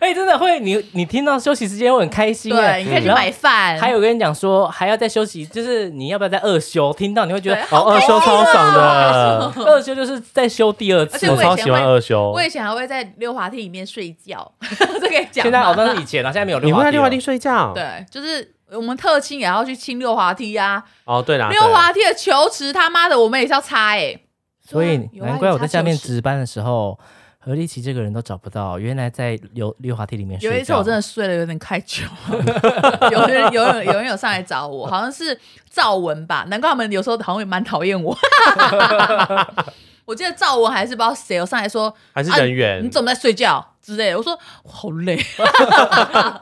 C: 哎、真的会，你你听到休息时间会很开心、
B: 对，
C: 哎
B: 你可以去买。饭。
C: 然后还有跟你讲说，还要再休息，就是你要不要再二休？听到你会觉得哦
B: 对
A: 哦，二休超爽的，
C: 二休就是再休第二
B: 而
C: 次
B: 且。我
A: 我
B: 以前
A: 超喜欢
B: 会
A: 二休
B: 我。以前还会在溜滑梯里面睡觉， 这可以讲吗。
C: 现在好像是以前啊了，现在没有
A: 你
C: 溜
A: 会
C: 滑
A: 在
C: 梯。
A: 溜滑梯？睡觉？
B: 对，就是我们特清也要去清溜滑梯啊，
A: 哦，对啦，
B: 溜
A: 对
B: 滑梯的球池他妈的我们也是要擦哎，
C: 所以
B: 对啊有啊
C: 难怪我在下面
B: 有擦球池
C: 值班的时候，何立奇这个人都找不到，原来在溜溜滑梯里面睡
B: 有
C: 觉。
B: 一次我真的睡得有点太久， 有人有人有人有上来找我，好像是赵文吧，难怪他们有时候好像也蛮讨厌我。 我记得赵文还是不知道谁有上来说
A: 还是人员
B: 你怎么在睡觉之类的，我说我好 累，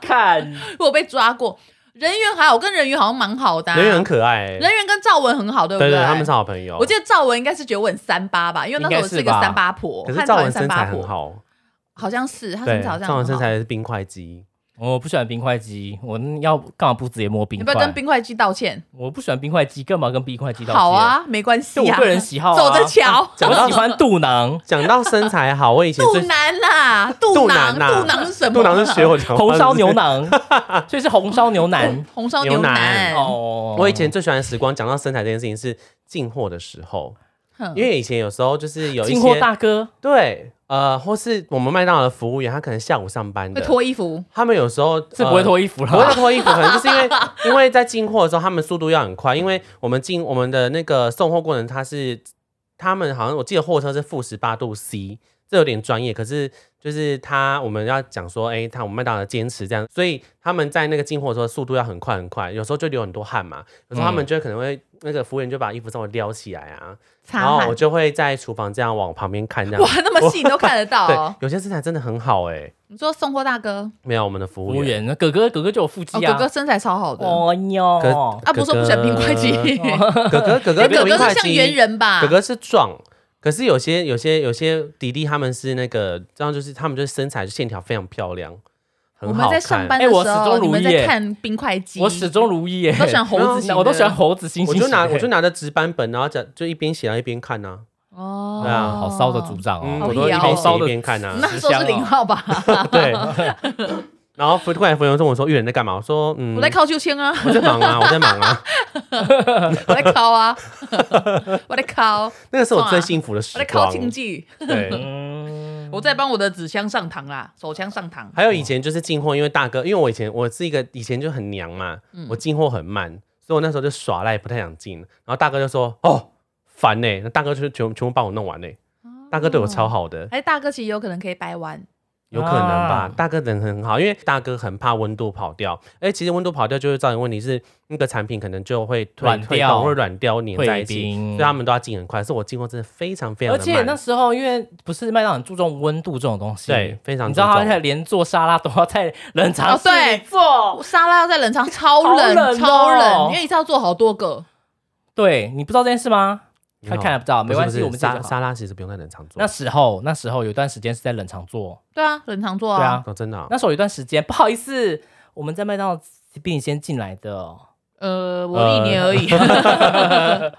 C: 看
B: 我被抓过。人缘还好，我跟人缘好像蛮好的啊、
A: 人员很可爱欸，
B: 人缘跟赵文很好，对不
A: 对
B: 对
A: 对，他们是好朋友。
B: 我记得赵文应该是觉得我很三八吧，因为那时候我一个
C: 应该是吧
B: 三八婆，
A: 可
B: 我
A: 是
B: 很
A: 赵
B: 讨
A: 文
B: 厌
A: 身
B: 三八
A: 材
B: 婆
A: 很，好，
B: 好像是他
A: 对，
B: 身材好像
A: 赵文
B: 很
A: 身
B: 好。
A: 材是冰块肌，
C: 我不喜欢冰块鸡，我要干嘛不直接摸冰
B: 你
C: 块？
B: 不要跟冰块机道歉，
C: 我不喜欢冰块鸡，干嘛跟冰块鸡道歉？
B: 好，啊，没关系
C: 就我
B: 啊，
C: 个人喜好啊、
B: 走着瞧。
A: 讲到
C: 我喜欢肚囊，
A: 讲到身材 好，我以前
B: 肚
A: 最
B: 腩啦，
A: 肚
B: 囊，
A: 腩呐
B: 肚囊是什么？
A: 肚囊是学我讲话
C: 红烧牛。
A: 是
C: 腩，所以是红烧牛腩。
B: 红烧
A: 牛
B: 牛
A: 腩
B: 腩。
C: 哦
A: 不是我以前最喜欢的时光，讲到身材这件事情是进货的时候，
B: 哼
A: 因为以前有时候就是有一
C: 进货
A: 些
C: 大哥，
A: 对呃，或是我们麦当劳的服务员，他可能下午上班
B: 会
A: 的，
B: 脱衣服，
A: 他们有时候
C: 是不会。
A: 呃
C: 脱衣服
A: 不会
C: 啦。
A: 脱衣服，可能就是因为因为在进货的时候，他们速度要很快，因为我们进我们的那个送货过程，它是他们好像我记得货车是负十八度 C，这有点专业，可是就是他我们要讲说，哎、他我们麦当劳的坚持这样，所以他们在那个进货的时候速度要很快很快，有时候就流很多汗嘛，有时候他
B: 嗯
A: 们就会可能会、那个服务员就把衣服稍微撩起来啊，然
B: 擦
A: 后
B: 汗
A: 我。就会在厨房这样往旁边看这样
B: 哇，，那么细你都看得到
A: 对
B: 哦。，
A: 有些身材真的很好哎、
B: 你说送货大哥，
A: 没有我们的服
C: 服
A: 务
C: 务
A: 员。
C: 员，哥哥哥哥就有腹
B: 哦，
C: 肌
B: 哥
C: 啊。
B: 哥身材超好的。
C: 哦哟，
B: 啊，不是说不喜欢冰块机，
A: 哥哥哥哥
B: 哥
A: 冰
B: 哥
A: 块
B: 是像
A: 肌
B: 猿人吧？
A: 哥哥是壮，可是有些有些有些弟弟他们是那个，这样就是他们就是身材就线条非常漂亮，很
B: 我
A: 好
B: 们在
A: 看。
B: 上班
C: 哎
B: 的
C: 我
B: 时
C: 始
B: 候，
C: 终如
B: 你们
C: 一
B: 在
C: 耶
B: 看冰块机，
C: 我始终如一耶。
B: 都喜欢猴子型的
C: 我都喜欢猴子星
A: 我
C: 星型的。
A: 就拿 我就拿着值班本，然后讲就一边写然后一边看呐、
B: 哦
A: 对啊
C: 好骚的组。长
A: 嗯，
C: 哦，
A: 我都一
B: 妖
A: 边
C: 骚
A: 写一
C: 的
A: 边看呐、
B: 那时候是零号吧？
A: 对。然后服突然服务员问我说：“玉人在干嘛？”我说：“嗯，
B: 我在靠秋千啊，
A: 我在忙啊，我在忙啊。
B: 我在靠啊， 我在靠，”
A: 那个是我最幸福的时
B: 啊我在靠
A: 光。
B: 经济，
A: 对。
C: 嗯，
D: 我在帮我的纸箱上膛啦，手枪上膛。
A: 还有以前就是进货，因为大哥，因为我以前我是一个以前就很娘嘛，
C: 嗯
A: 我进货很慢，所以我那时候就耍赖，不太想进。然后大哥就说：“哦，烦
C: 哦
A: 欸呢、那大哥就全全部帮我弄完呢、大哥对我超好的，
B: 哎，大哥其实有可能可以掰弯，
A: 有可能吧
C: 啊，
A: 大哥人很好，因为大哥很怕温度跑掉。哎，其实温度跑掉就会造成问题是，那个产品可能就会退
C: 软
A: 退
C: 掉
A: 冻，会软掉粘在
C: 退
A: 一起，
C: 冰
A: 所以他们都要进很快。是我进货真的非常非常
C: 而
A: 的
C: 且
A: 慢，
C: 那时候因为不是麦当劳很注重温度这种东西，
A: 对，非常
C: 你知道
A: 注
C: 他
A: 重
C: 在连做沙拉都要在冷藏
B: 哦
C: 室
B: 对
C: 里做，
B: 沙拉要在冷藏，超冷，
C: 好冷哦
B: 超冷，因为一次要做好多个。
C: 对你不知道这件事吗？
A: 你
C: 他
A: 好
C: 看得不到，
A: 不
C: 没
A: 是
C: 关
A: 不
C: 系，
A: 是
C: 我们自己
A: 沙
C: 就好
A: 沙拉其实不用在冷藏做
C: 那，时候那时候有一段时间是在冷藏做，
B: 对啊，冷藏做
C: 对啊，
A: 哦，真的啊
C: 那时候有一段时间，不好意思，我们在麦当劳比你先进来的哦。
D: 呃，我一年而已。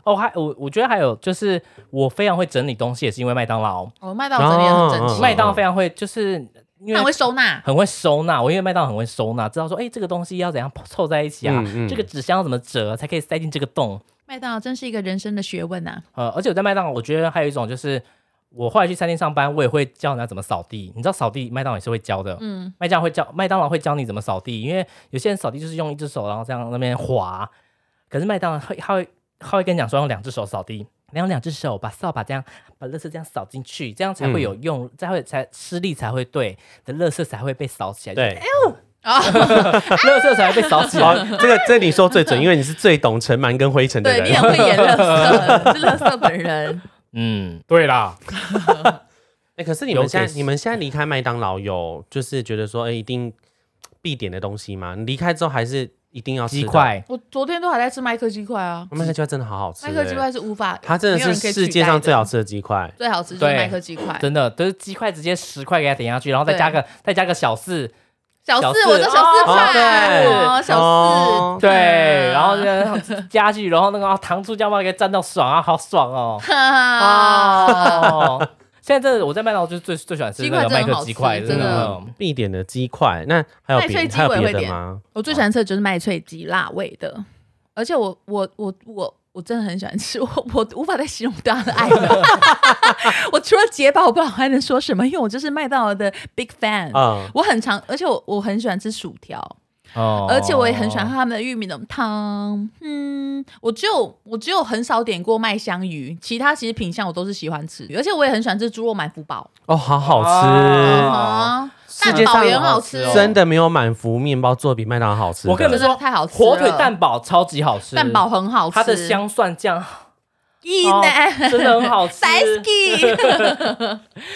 C: 哦，还我我觉得还有就是，我非常会整理东西，也是因为麦当劳，
B: 哦，麦当劳整理也很整齐，
C: 麦
A: 嗯
C: 当劳非常会，就是因
B: 很会
C: 为
B: 收纳。
C: 很会收纳。我因为麦当劳很会收纳，知道说，哎、这个东西要怎样凑在一起啊？
A: 嗯嗯
C: 这个纸箱要怎么折才可以塞进这个洞？
B: 麦当劳真是一个人生的学问啊呐、
C: 呃，而且我在麦当劳，我觉得还有一种就是，我后来去餐厅上班，我也会教人家怎么扫地。你知道扫地，麦当劳也是会教的。嗯，麦当劳会教，麦当劳会教你怎么扫地，因为有些人扫地就是用一只手，然后这样那边滑。可是麦当劳会，他会他会跟你讲说用两只手扫地，你用两只手把扫把这样把垃圾这样扫进去，这样才会有用，才会才施力才会对，的垃圾才会被扫起来。
A: 对，，
B: 嗯哦
C: 垃圾才会 被扫 起来。
A: 哦，这个这你说最准，因为你是最懂尘螨跟灰尘的
B: 对你
A: 人
B: 很。会演乐色，是乐色本人。
C: 嗯，对啦，
A: 哎，可是你
C: 有
A: 们现
C: 给
A: 在你们现在离开麦当劳有就是觉得说，哎，一定必点的东西吗？你离开之后还是一定要吃
C: 鸡
A: 的？
C: 块
B: 我昨天都还在吃麦克鸡块啊，
A: 麦克鸡块真的好好吃，欸
B: 麦克鸡块是无法，
A: 它真的
B: 没有
A: 是
B: 人可以
A: 世
B: 取
A: 界
B: 代
A: 上
B: 的
A: 最好吃的鸡块。
B: 最好吃就是
C: 对
B: 麦克鸡块。
C: 真的，就是鸡块直接十块给它点下去，然后再加个再加个小四。
B: 小
C: 小
B: 四，
C: 四
B: 我的小四
C: 哦
B: 块，
C: 对
B: 哦小
A: 哦
B: 四，
C: 对，啊然后呢加进去，然后那个、啊糖醋酱包给它蘸到爽啊，好爽哦！
B: 哈，
C: 哦， 现在真的我在麦当劳就是最最喜欢吃那个
B: 鸡块真
C: 麦
B: 的
C: 克
B: 好
C: 鸡
B: 吃
C: 块，
B: 真的
C: 嗯
A: 必点的鸡块，那还有
B: 麦脆
A: 别
B: 鸡
A: 还有
B: 我也
A: 别
B: 会
A: 的
B: 点
A: 吗？
B: 我最喜欢吃的就是麦脆鸡，辣味的，而且我我我我我真的很喜欢吃，我我无法再形容大家的爱了。 我除了结巴，我不知道还能说什么，因为我就是麦当劳的 big fan。
C: 啊
A: 嗯，
B: 我很常，而且我我很喜欢吃薯条，
C: 哦
B: 而且我也很喜欢喝他们的玉米浓汤。嗯，我只有我只有很少点过麦香鱼，其他其实品相我都是喜欢吃，而且我也很喜欢吃猪肉满福堡，
A: 哦，好好
C: 哦
A: 吃，
B: 啊，
A: 世
B: 蛋
A: 界
B: 堡
A: 上
B: 也很
C: 好
B: 好
C: 吃
B: 吃，
C: 哦
A: 真的没有满福面包做得比麦当劳好吃的。
C: 我跟你们
B: 真
C: 说，
B: 的太好吃了
C: 火腿蛋堡超级好吃，
B: 蛋堡很好吃，
C: 它的香蒜酱
B: 一
C: 哦
B: 呢，
C: 真的很好吃，
B: Daisy，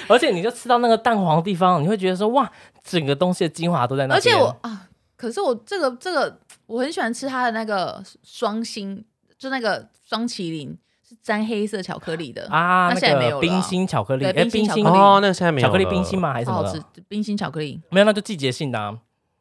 C: 而且你就吃到那个蛋黄的地方，你会觉得说哇，整个东西的精华都在那
B: 而且
C: 边。
B: 我啊，可是我这个这个我很喜欢吃它的那个双星，就那个双麒麟是沾黑色巧克力的，
C: 啊，
B: 它现在没
C: 那
B: 有
C: 个
B: 了
C: 冰心巧克力，
B: 对
C: 哎，
B: 冰
C: 冰
B: 心
C: 心
A: 哦，那个现在没有
C: 巧克力
A: 了
C: 冰心？吗？还是什
B: 超
C: 么
B: 好
C: 的？
B: 吃，冰心巧克力，
C: 没有，那就季节性的、啊，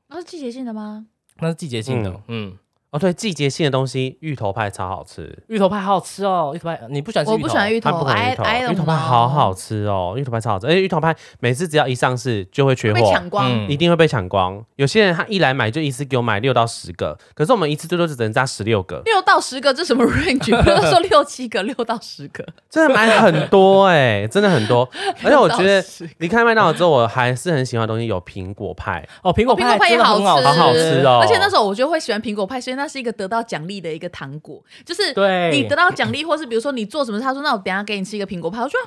B: 那、是季节性的吗？
C: 那是季节性的。嗯，
A: 哦，对，季节性的东西，芋头派超好吃，
C: 芋头派好好吃哦，芋头派你不喜欢吃
B: 我
C: 芋头？
B: 不喜欢芋
A: 它
B: 头
A: 不可能
B: ，I
A: 芋头，
B: I
A: 芋头派好好吃哦，芋头派超好吃，而且芋头派每次只要一上市就会缺
B: 被
A: 货。
B: 抢光。
C: 嗯
A: 一定会被抢光。有些人他一来买就一次给我买六到十个，可是我们一次最多就只能加十六个，
B: 六到十个，这什么 range？不要说六七个，六到十个，
A: 真的买很 多哎、真的很多。而且我
B: 六
A: 觉
B: 到
A: 得
B: 十个
A: 离开麦当劳之后，我还是很喜欢的东西有苹果派，
C: 哦，苹果
B: 苹果派
C: 真
B: 也
C: 的很
B: 好吃，
A: 好好
C: 吃
A: 吃哦
B: 而且那时候我就会喜欢苹果派，所以那是一个得到奖励的一个糖果，就是
C: 对
B: 你得到奖励，或是比如说你做什么，他说那我等一下给你吃一个苹果派，我说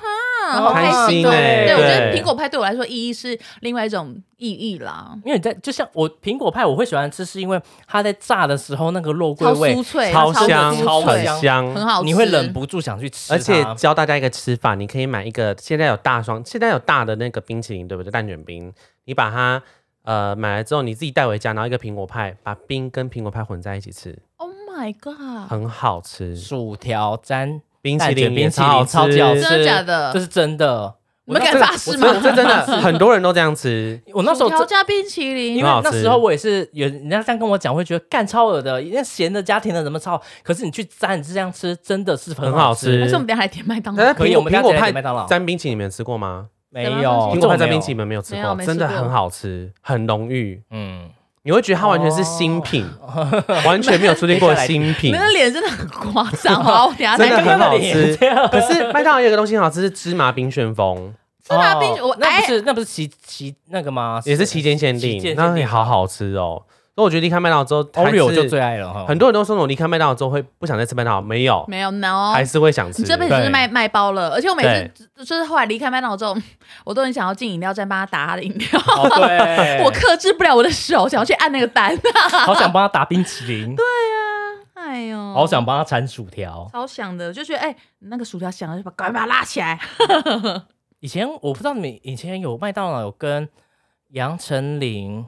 B: 哈，
C: 哦
B: 好开
A: 开心
B: 哦
A: 欸
B: 对，我觉得
A: 对
B: 苹果派对我来说意义是另外一种意义啦，
C: 因为你在就像我苹果派，我会喜欢吃，是因为它在炸的时候那个肉桂
B: 超
C: 味
B: 酥，脆，啊
A: 超
B: 超
A: 香，
B: 酥
C: 超
A: 很
B: 脆，
C: 香
B: 很
A: 香。
B: 好吃，
C: 你会忍不住想去吃它。
A: 而且教大家一个吃法，你可以买一个，现在有大双，现在有大的那个冰淇淋，对不对？蛋卷冰，你把它呃买来之后，你自己带回家，然后一个苹果派，把冰跟苹果派混在一起吃，
B: ，Oh my god，
A: 很好吃。
C: 薯条沾
A: 冰淇
C: 蛋卷
A: 淋
C: 冰
A: 也
C: 淇淋超级好吃，
B: 真的假的
C: 这是真的。
B: 你们敢
A: 这个
B: 发誓吗？
A: 这真 的很多人都这样吃。
C: 我那时候
B: 薯条
C: 真。
B: 加冰淇淋
A: 因
C: 因
A: 为
C: 为
A: 很好吃
C: 那时候我也是有人家这样跟我讲，会觉得干超恶的，那咸的加甜的怎么超？可是你去沾，你这样吃真的是哎很
A: 很好
C: 好
B: 还
C: 吃，
A: 吃
B: 是我们等一下来点麦当劳
A: 但是？
C: 可以
A: 苹
C: 我
A: 果
C: 们
A: 苹
C: 大
A: 果
C: 家来
A: 派
C: 麦当劳
A: 沾冰淇淋，你们吃过吗？
C: 没
B: 什么
C: 有
B: 东西
A: 苹果派沾冰淇淋，你哦们没有吃
B: 没有
A: 过，
B: 没吃
A: 真的
B: 过
A: 很好吃，很浓郁。
C: 嗯，
A: 你会觉得它完全是新品，完全没有出现过新
B: 你
A: 品
B: 们。的脸真的很夸 张，好，我等一下再
A: 真的
B: 看。
A: 很好吃
C: 刚刚的脸这样
A: 可是麦当劳有一个东西很好吃，是芝麻冰旋风，
B: 芝麻冰，我
C: 哦那
B: 哎
C: 不是那不是期期那个吗？
A: 也是期间限
C: 期间
A: 定，
C: 限定
A: 那也好好吃哦。那我觉得离开麦当劳之后还是
C: Oreo 就最爱了哈，
A: 很多人都说那种离开麦当劳之后会不想再吃麦当劳，没有，
B: 没有 no，
A: 还是会想吃。
B: 你这辈子就是卖卖包了，而且我每
A: 对
B: 次就是后来离开麦当劳之后，我都很想要进饮料站帮他打他的饮料，
C: 哦对
B: 我克制不了我的手，想要去按那个单。
C: 好想帮他打冰淇淋，
B: 哎呦，
C: 好想帮他铲薯条。
B: 超想的，就觉得哎、那个薯条响了，就把赶快把它拉起来。
C: 以前我不知道你们以前有麦当劳有跟杨丞琳、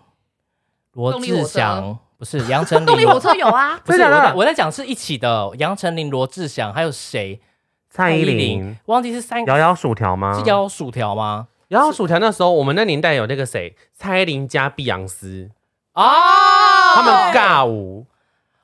C: 罗
D: 动力火
C: 志
D: 车
C: 祥，不是 杨丞琳、
B: 动力火
C: 罗
B: 车有啊，
C: 不是
A: 真
C: 我
A: 的假的
C: 在我在讲是一起的哦，杨丞琳、罗志祥还有谁？
A: 蔡依
C: 林
A: 林，
C: 忘记是三
A: 摇摇薯条吗？
C: 是摇薯条吗？
A: 摇摇薯条那时候，我们那年代有那个谁，蔡依林加碧昂斯，
B: 哦
C: 啊，
A: 他们尬舞，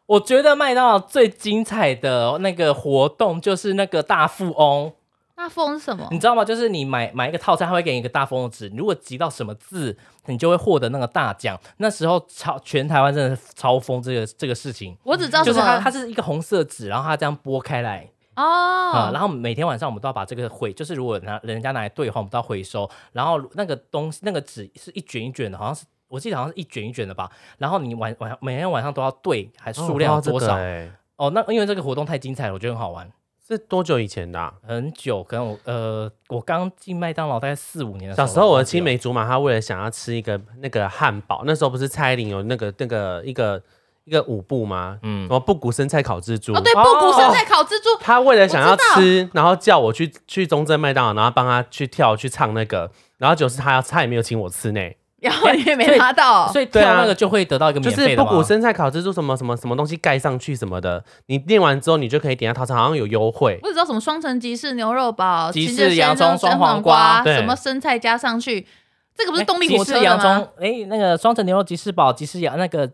C: 我觉得麦当劳最精彩的那个活动就是那个大富翁，
B: 那封什么
C: 你？知道吗？就是你买买一个套餐，他会给你一个大富翁的纸，如果集到什么字，你就会获得那个大奖。那时候超全台湾真的是超疯这个这个事情，
B: 我只知道
C: 就
B: 什
C: 是它它
B: 么
C: 是一个红色纸，然后它这样拨开来，啊、
B: 哦，
C: 然后每天晚上我们都要把这个回，就是如果拿人家拿来兑换，我们都要回收。然后那个东西，那个纸是一卷一卷的，好像是我记得好像是一卷一卷的吧。然后你晚晚上每天晚上都要兑，还数量有多少？
A: 哦我不知道这个
C: 哦
A: 欸
C: 那因为这个活动太精彩了，我觉得很好玩。
A: 是多久以前的啊？
C: 很久，可能我呃，我刚进麦当劳大概四五年的
A: 小
C: 时
A: 时
C: 候
A: 候我的青梅竹马，他为了想要吃一个那个汉堡，那时候不是蔡依林有那个那个一个一个舞步吗？
C: 嗯
A: 什么布谷生菜烤蜘蛛？哦
B: 哦对，布谷生菜烤蜘蛛，
A: 他为了想要吃，然后叫我去去中正麦当劳，然后帮他去跳去唱那个，然后就是他要他也没有请我吃呢，
B: 然后你也
C: 哎所
B: 没
C: 以
B: 拿到，
C: 所以跳
A: 对啊
C: 那个就会得到一个
A: 就
C: 免
A: 是
C: 费的哎
A: 布
C: 吗
A: 谷生菜烤蜘蛛什么什么什么东西盖上去什么的，你念完之后你就可以点下套餐，好像有优惠。
B: 我只知道什么双层吉士牛肉堡、
C: 吉士
B: 秦氏
C: 洋葱
B: 鲜肉
C: 双
B: 蒸
C: 黄
B: 黄
C: 瓜
A: 对
B: 什么生菜加上去，这个不
C: 不
B: 是动力火车的
C: 洋
B: 吗？
C: 葱，哎，那个双层牛肉吉士堡、吉士洋那个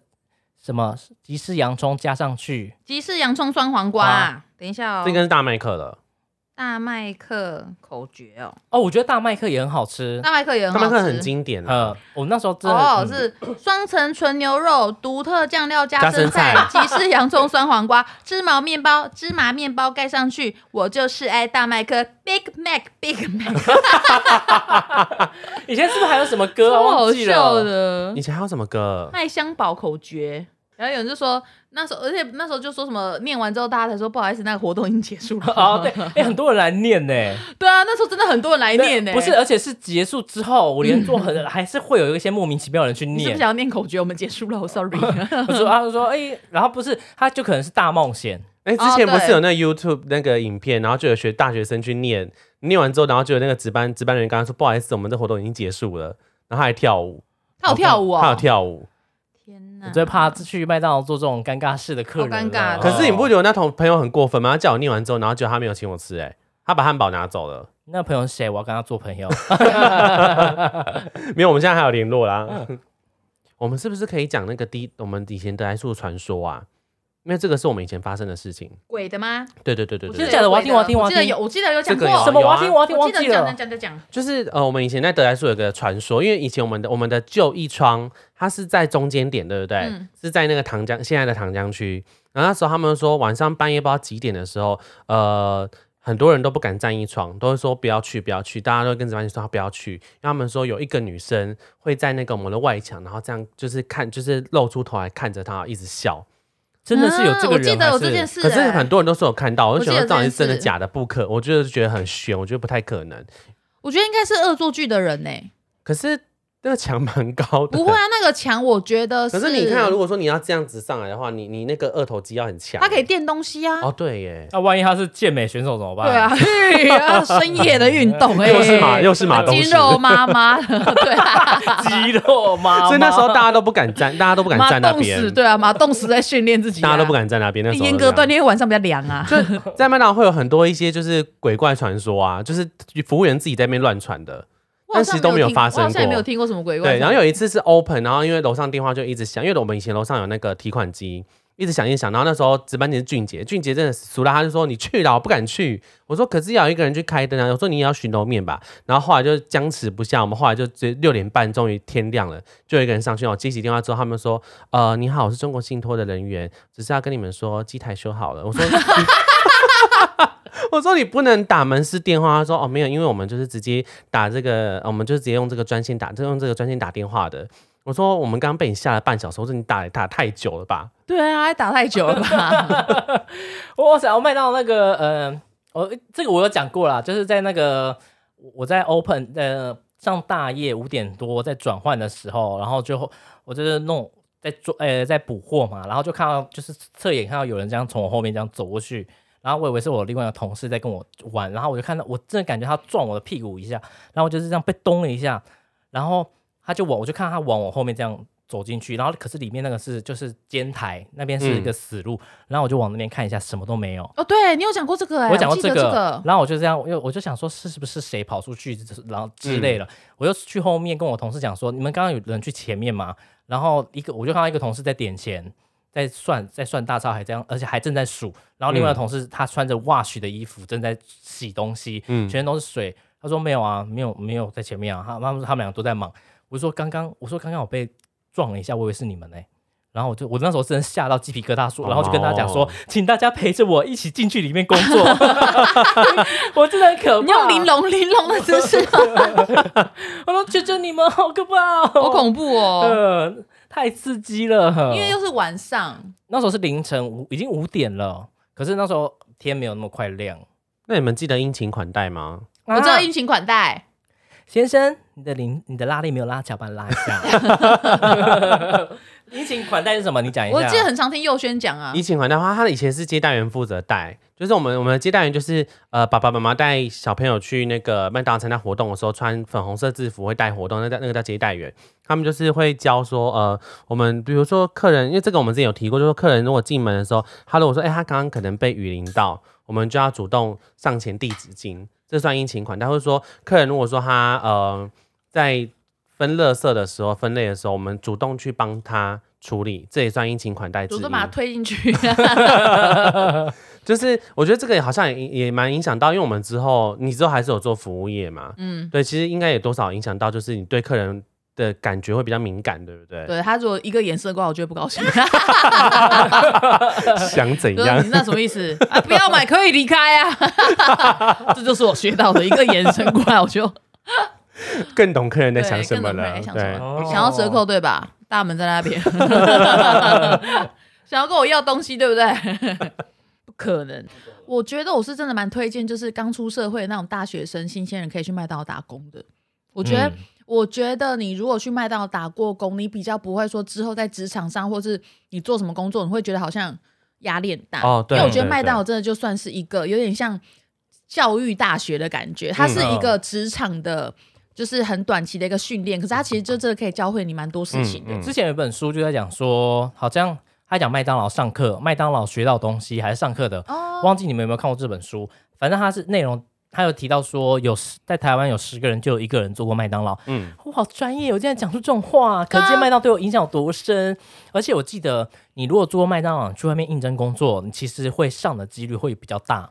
C: 什么吉士洋葱加上去，
B: 吉士洋葱双黄瓜
C: 啊
B: 啊，等一下哦，
A: 这应该是大麦克了，
B: 大麦克口诀哦，
C: 哦，我觉得大麦克也很好吃。
B: 大麦克也很
A: 大
B: 好
A: 麦
B: 吃，
A: 克很经典啊。
C: 呃，我那时候真的
B: 哦，
C: 嗯
B: 是双层纯牛肉，独特酱料加
A: 加
B: 生
A: 生
B: 菜
A: 菜，
B: 吉士洋葱酸黄瓜，芝麻面包，芝麻面包盖上去，我就是爱大麦克，Big Mac，Big Mac，
C: 以前是不是还有什么歌啊？
B: 超
C: 忘
B: 好
C: 记了
B: 笑。的
A: 以前还有什么歌？
B: 麦香堡口诀。然后有人就说那时候，而且那时候就说什么念完之后，大家才说不好意思，那个活动已经结束了。
C: 哦，对，哎、很多人来念呢、
B: 对啊，那时候真的很多人来念欸呢、嗯
C: 不是，而呃且是结束之后，我连做很还是会有一些莫名其妙的人去
B: 你是不
C: 念
B: 是。想要念口诀？我们结束了，我 sorry。
C: 我说啊，他说哎、然后不是，他就可能是大冒险，
A: 哎，
B: 哦
A: 之前不
B: 对
A: 是有那个 YouTube 那个影片，然后就有学大学生去念，念完之后，然后就有那个值班值班人员跟他说：“不好意思，我们这活动已经结束了。”然后他还跳舞，
B: 他有跳舞哦，
A: 他有跳舞。
B: 天
C: 我
B: 哪！
C: 最怕去麦当劳做这种尴尬事的客人了。
B: 嗯好尴尬的
A: 可是你不
C: 哦
A: 觉得我那同朋友很过分吗？他叫我念完之后，然后结果他没有请我吃、哎，他把汉堡拿走了。
C: 那朋友是谁？我要跟他做朋友。
A: 没有，我们现在还有联络啦。 我们是不是可以讲那个低我们以前得来速传说啊？因为这个是我们以前发生的事情。
B: 鬼的吗？
A: 对对对对
C: 真
A: 对
C: 的，假的我要听我要听我要
B: 记得
C: 听
B: 有，我记得有讲
A: 这个
B: 过。
A: 有啊
C: 什么？我要听，我要听，
B: 我
C: 忘
B: 记得
C: 记
B: 你讲
C: 了
B: 讲。讲讲讲，
A: 就是呃，我们以前在得来速有个传说，因为以前我们的我们的旧一窗，它是在中间点，对不对？
B: 嗯
A: 是在那个糖浆现在的糖浆区。然后那时候他们说晚上半夜不知道几点的时候，呃，很多人都不敢站一床，都会说不要去，不要去，大家都会跟值班说他不要去。因为他们说有一个女生会在那个我们的外墙，然后这样就是看，就是露出头来看着他，一直笑。
C: 真的是有这
B: 啊
C: 个
B: 我
C: 人，
B: 记得有这件事、
C: 事。
B: 欸，
A: 可是很多人都说有看到，我就
B: 我记
A: 想
B: 得
A: 说到底是真
B: 这
A: 的
B: 件事
A: 假的不可，我就是觉得很悬，我觉得不太可能。
B: 我觉得应该是恶作剧的人呢、欸
A: 可是那个墙蛮高的，
B: 不会啊，那个墙我觉得
A: 可是
B: 是
A: 你看、啊，如果说你要这样子上来的话，你你那个二头肌要很强。
B: 他可以垫东西啊，
A: 哦，对耶，
C: 那万一他是健美选手怎么办？
B: 对啊，嘿啊，深夜的运动哎、
A: 又是马又 是马东
B: 肌
A: 石，
B: 肉妈 妈，对啊，
C: 肌肉吗？
A: 所以那时候大家都不敢 站，大家都不敢
B: 马
A: 站那
B: 冻死，
A: 边，
B: 对啊，马冻死在训练自己、啊，
A: 大家都不敢站那边。那时候
B: 严格锻
A: 炼，
B: 炼，因为晚上比较凉啊。
A: 在麦当劳会有很多一些就是鬼怪传说啊，就是服务员自己在那边乱传的。
B: 我好像
A: 但是都没有
B: 听
A: 发生过
B: 我好像也没有听过什么鬼怪。
A: 对，然后有一次是 open，然后因为楼上电话就一直响，因为我们以前楼上有那个提款机，一直响一直响。然后那时候值班姐是俊杰，俊杰真的俗了，他就说你去啦，我不敢去。我说可是要有一个人去开灯啊，我说你也要巡楼面吧。然后后来就僵持不下，我们后来就直接六点半，终于天亮了，就有一个人上去。我接起电话之后，他们说呃你好，我是中国信托的人员，只是要跟你们说机台修好了。我说。 你我说你不能打门市电话，他说哦没有，因为我们就是直接打这个，呃我们就直接用这个专线打，就用这个专线打电话的。我我说我们刚刚被你吓了半小时，我说你打也打太久了吧？
B: 对啊，还打太久了 吧？
C: 我想要卖到那个呃，我这个我有讲过啦，就是在那个我在 Open 呃上大夜五点多在转换的时候，然后最后我就是弄在做呃在补货嘛，然后就看到就是侧眼看到有人这样从我后面这样走过去。然后我以为是我另外一个同事在跟我玩，然后我就看到，我真的感觉他撞我的屁股一下，然后我就是这样被咚了一下，然后他就往，我就看他往我后面这样走进去，然后可是里面那个是就是尖台，那边是一个死路，然后我就往那边看一下，什么都没有。
B: 哦，对你有讲过这个哎、
C: 我讲过
B: 记得
C: 个，
B: 这个，
C: 然后我就这样，因为我就想说，是是不是谁跑出去，然后之类的，我就去后面跟我同事讲说，你们刚刚有人去前面嘛？然后一个我就看到一个同事在点钱，在算在算大钞，还这样，而且还正在数。然后另外一个同事、他穿着 wash 的衣服正在洗东西，
A: 嗯
C: 全都是水。他说没有啊，没有没有在前面啊，他他们他们俩都在忙。我就说刚刚我说刚刚我被撞了一下，我以为是你们呢、然后我就我那时候真的吓到鸡皮疙瘩，说，然后就跟大家讲说，
A: 哦
C: 请大家陪着我一起进去里面工 作，我真的很可怕。啊
B: 你用 玲，珑玲珑的姿势，
C: 我说求求你们，好可怕、哦，
D: 好恐怖 哦！
C: 呃，太刺激了。
B: 因为又是晚上，
C: 那时候是凌晨五，已经五点了，可是那时候天没有那么快亮。
A: 那你们记得殷勤款待吗？
B: 我知道
C: 啊
B: 殷勤款待。
C: 先生，你的铃，你的拉链没有拉起来，把它拉一下。 殷勤款待是什么？你讲一下。
B: 我记得很常听佑轩讲啊
A: 疫，情款待的话，他以前是接待员负责带，就是我们我们的接待员就是呃爸爸妈妈带小朋友去那个麦当劳参加活动的时候，穿粉红色制服会带活动，那叫那个叫接待员。他们就是会教说呃我们比如说客人，因为这个我们之前有提过，就是说客人如果进门的时候，他如果说哎、他刚刚可能被雨淋到，我们就要主动上前递纸巾，这算殷勤款待。或者说客人如果说他呃在分垃圾的时候分类的时候，我们主动去帮他。处理，这也算殷勤款待之一。
B: 主动把他推进 去。
A: 就是我觉得这个也好像也也蛮影响到，因为我们之后你之后还是有做服务业嘛，
B: 嗯，
A: 对，其实应该也多少影响到，就是你对客人的感觉会比较敏感，对不对？
D: 对他如果一个眼色过来，我就会不高兴。
A: 想 怎
D: 就是
A: 样
D: 你？那什么意思？啊，不要买可以离开啊！ 这就是我学到的一个眼神过来，我就
A: 更懂客人在
D: 对
A: 想什么
D: 更懂客
A: 了
D: 人在，想什
A: 对
D: 么。
C: 哦
D: 想要折扣对吧？大门在那边，
B: 想要跟我要东西，对不对？
D: 不可能。
B: 我觉得我是真的蛮推荐，就是刚出社会的那种大学生、新鲜人可以去麦当劳打工的。我觉得，
A: 嗯
B: 我觉得你如果去麦当劳打过工，你比较不会说之后在职场上，或是你做什么工作，你会觉得好像压力很大。
A: 哦对
B: 因为我觉得
A: 对
B: 麦当劳真的就算是一个有点像教育大学的感觉，它是一个职场的，就是很短期的一个训练，可是它其实就真的可以教会你蛮多事情的。
A: 嗯
C: 之前有一本书就在讲说，好像他讲麦当劳上课，麦当劳学到东西还是上课的，
B: 哦
C: 忘记你们有没有看过这本书。反正它是内容，它有提到说有十在台湾有十个人就有一个人做过麦当劳。
A: 嗯，
C: 我好专业，我哦竟然讲出这种话，可见麦当劳对我影响有多深。而且我记得，你如果做麦当劳去外面应征工作，你其实会上的几率会比较大。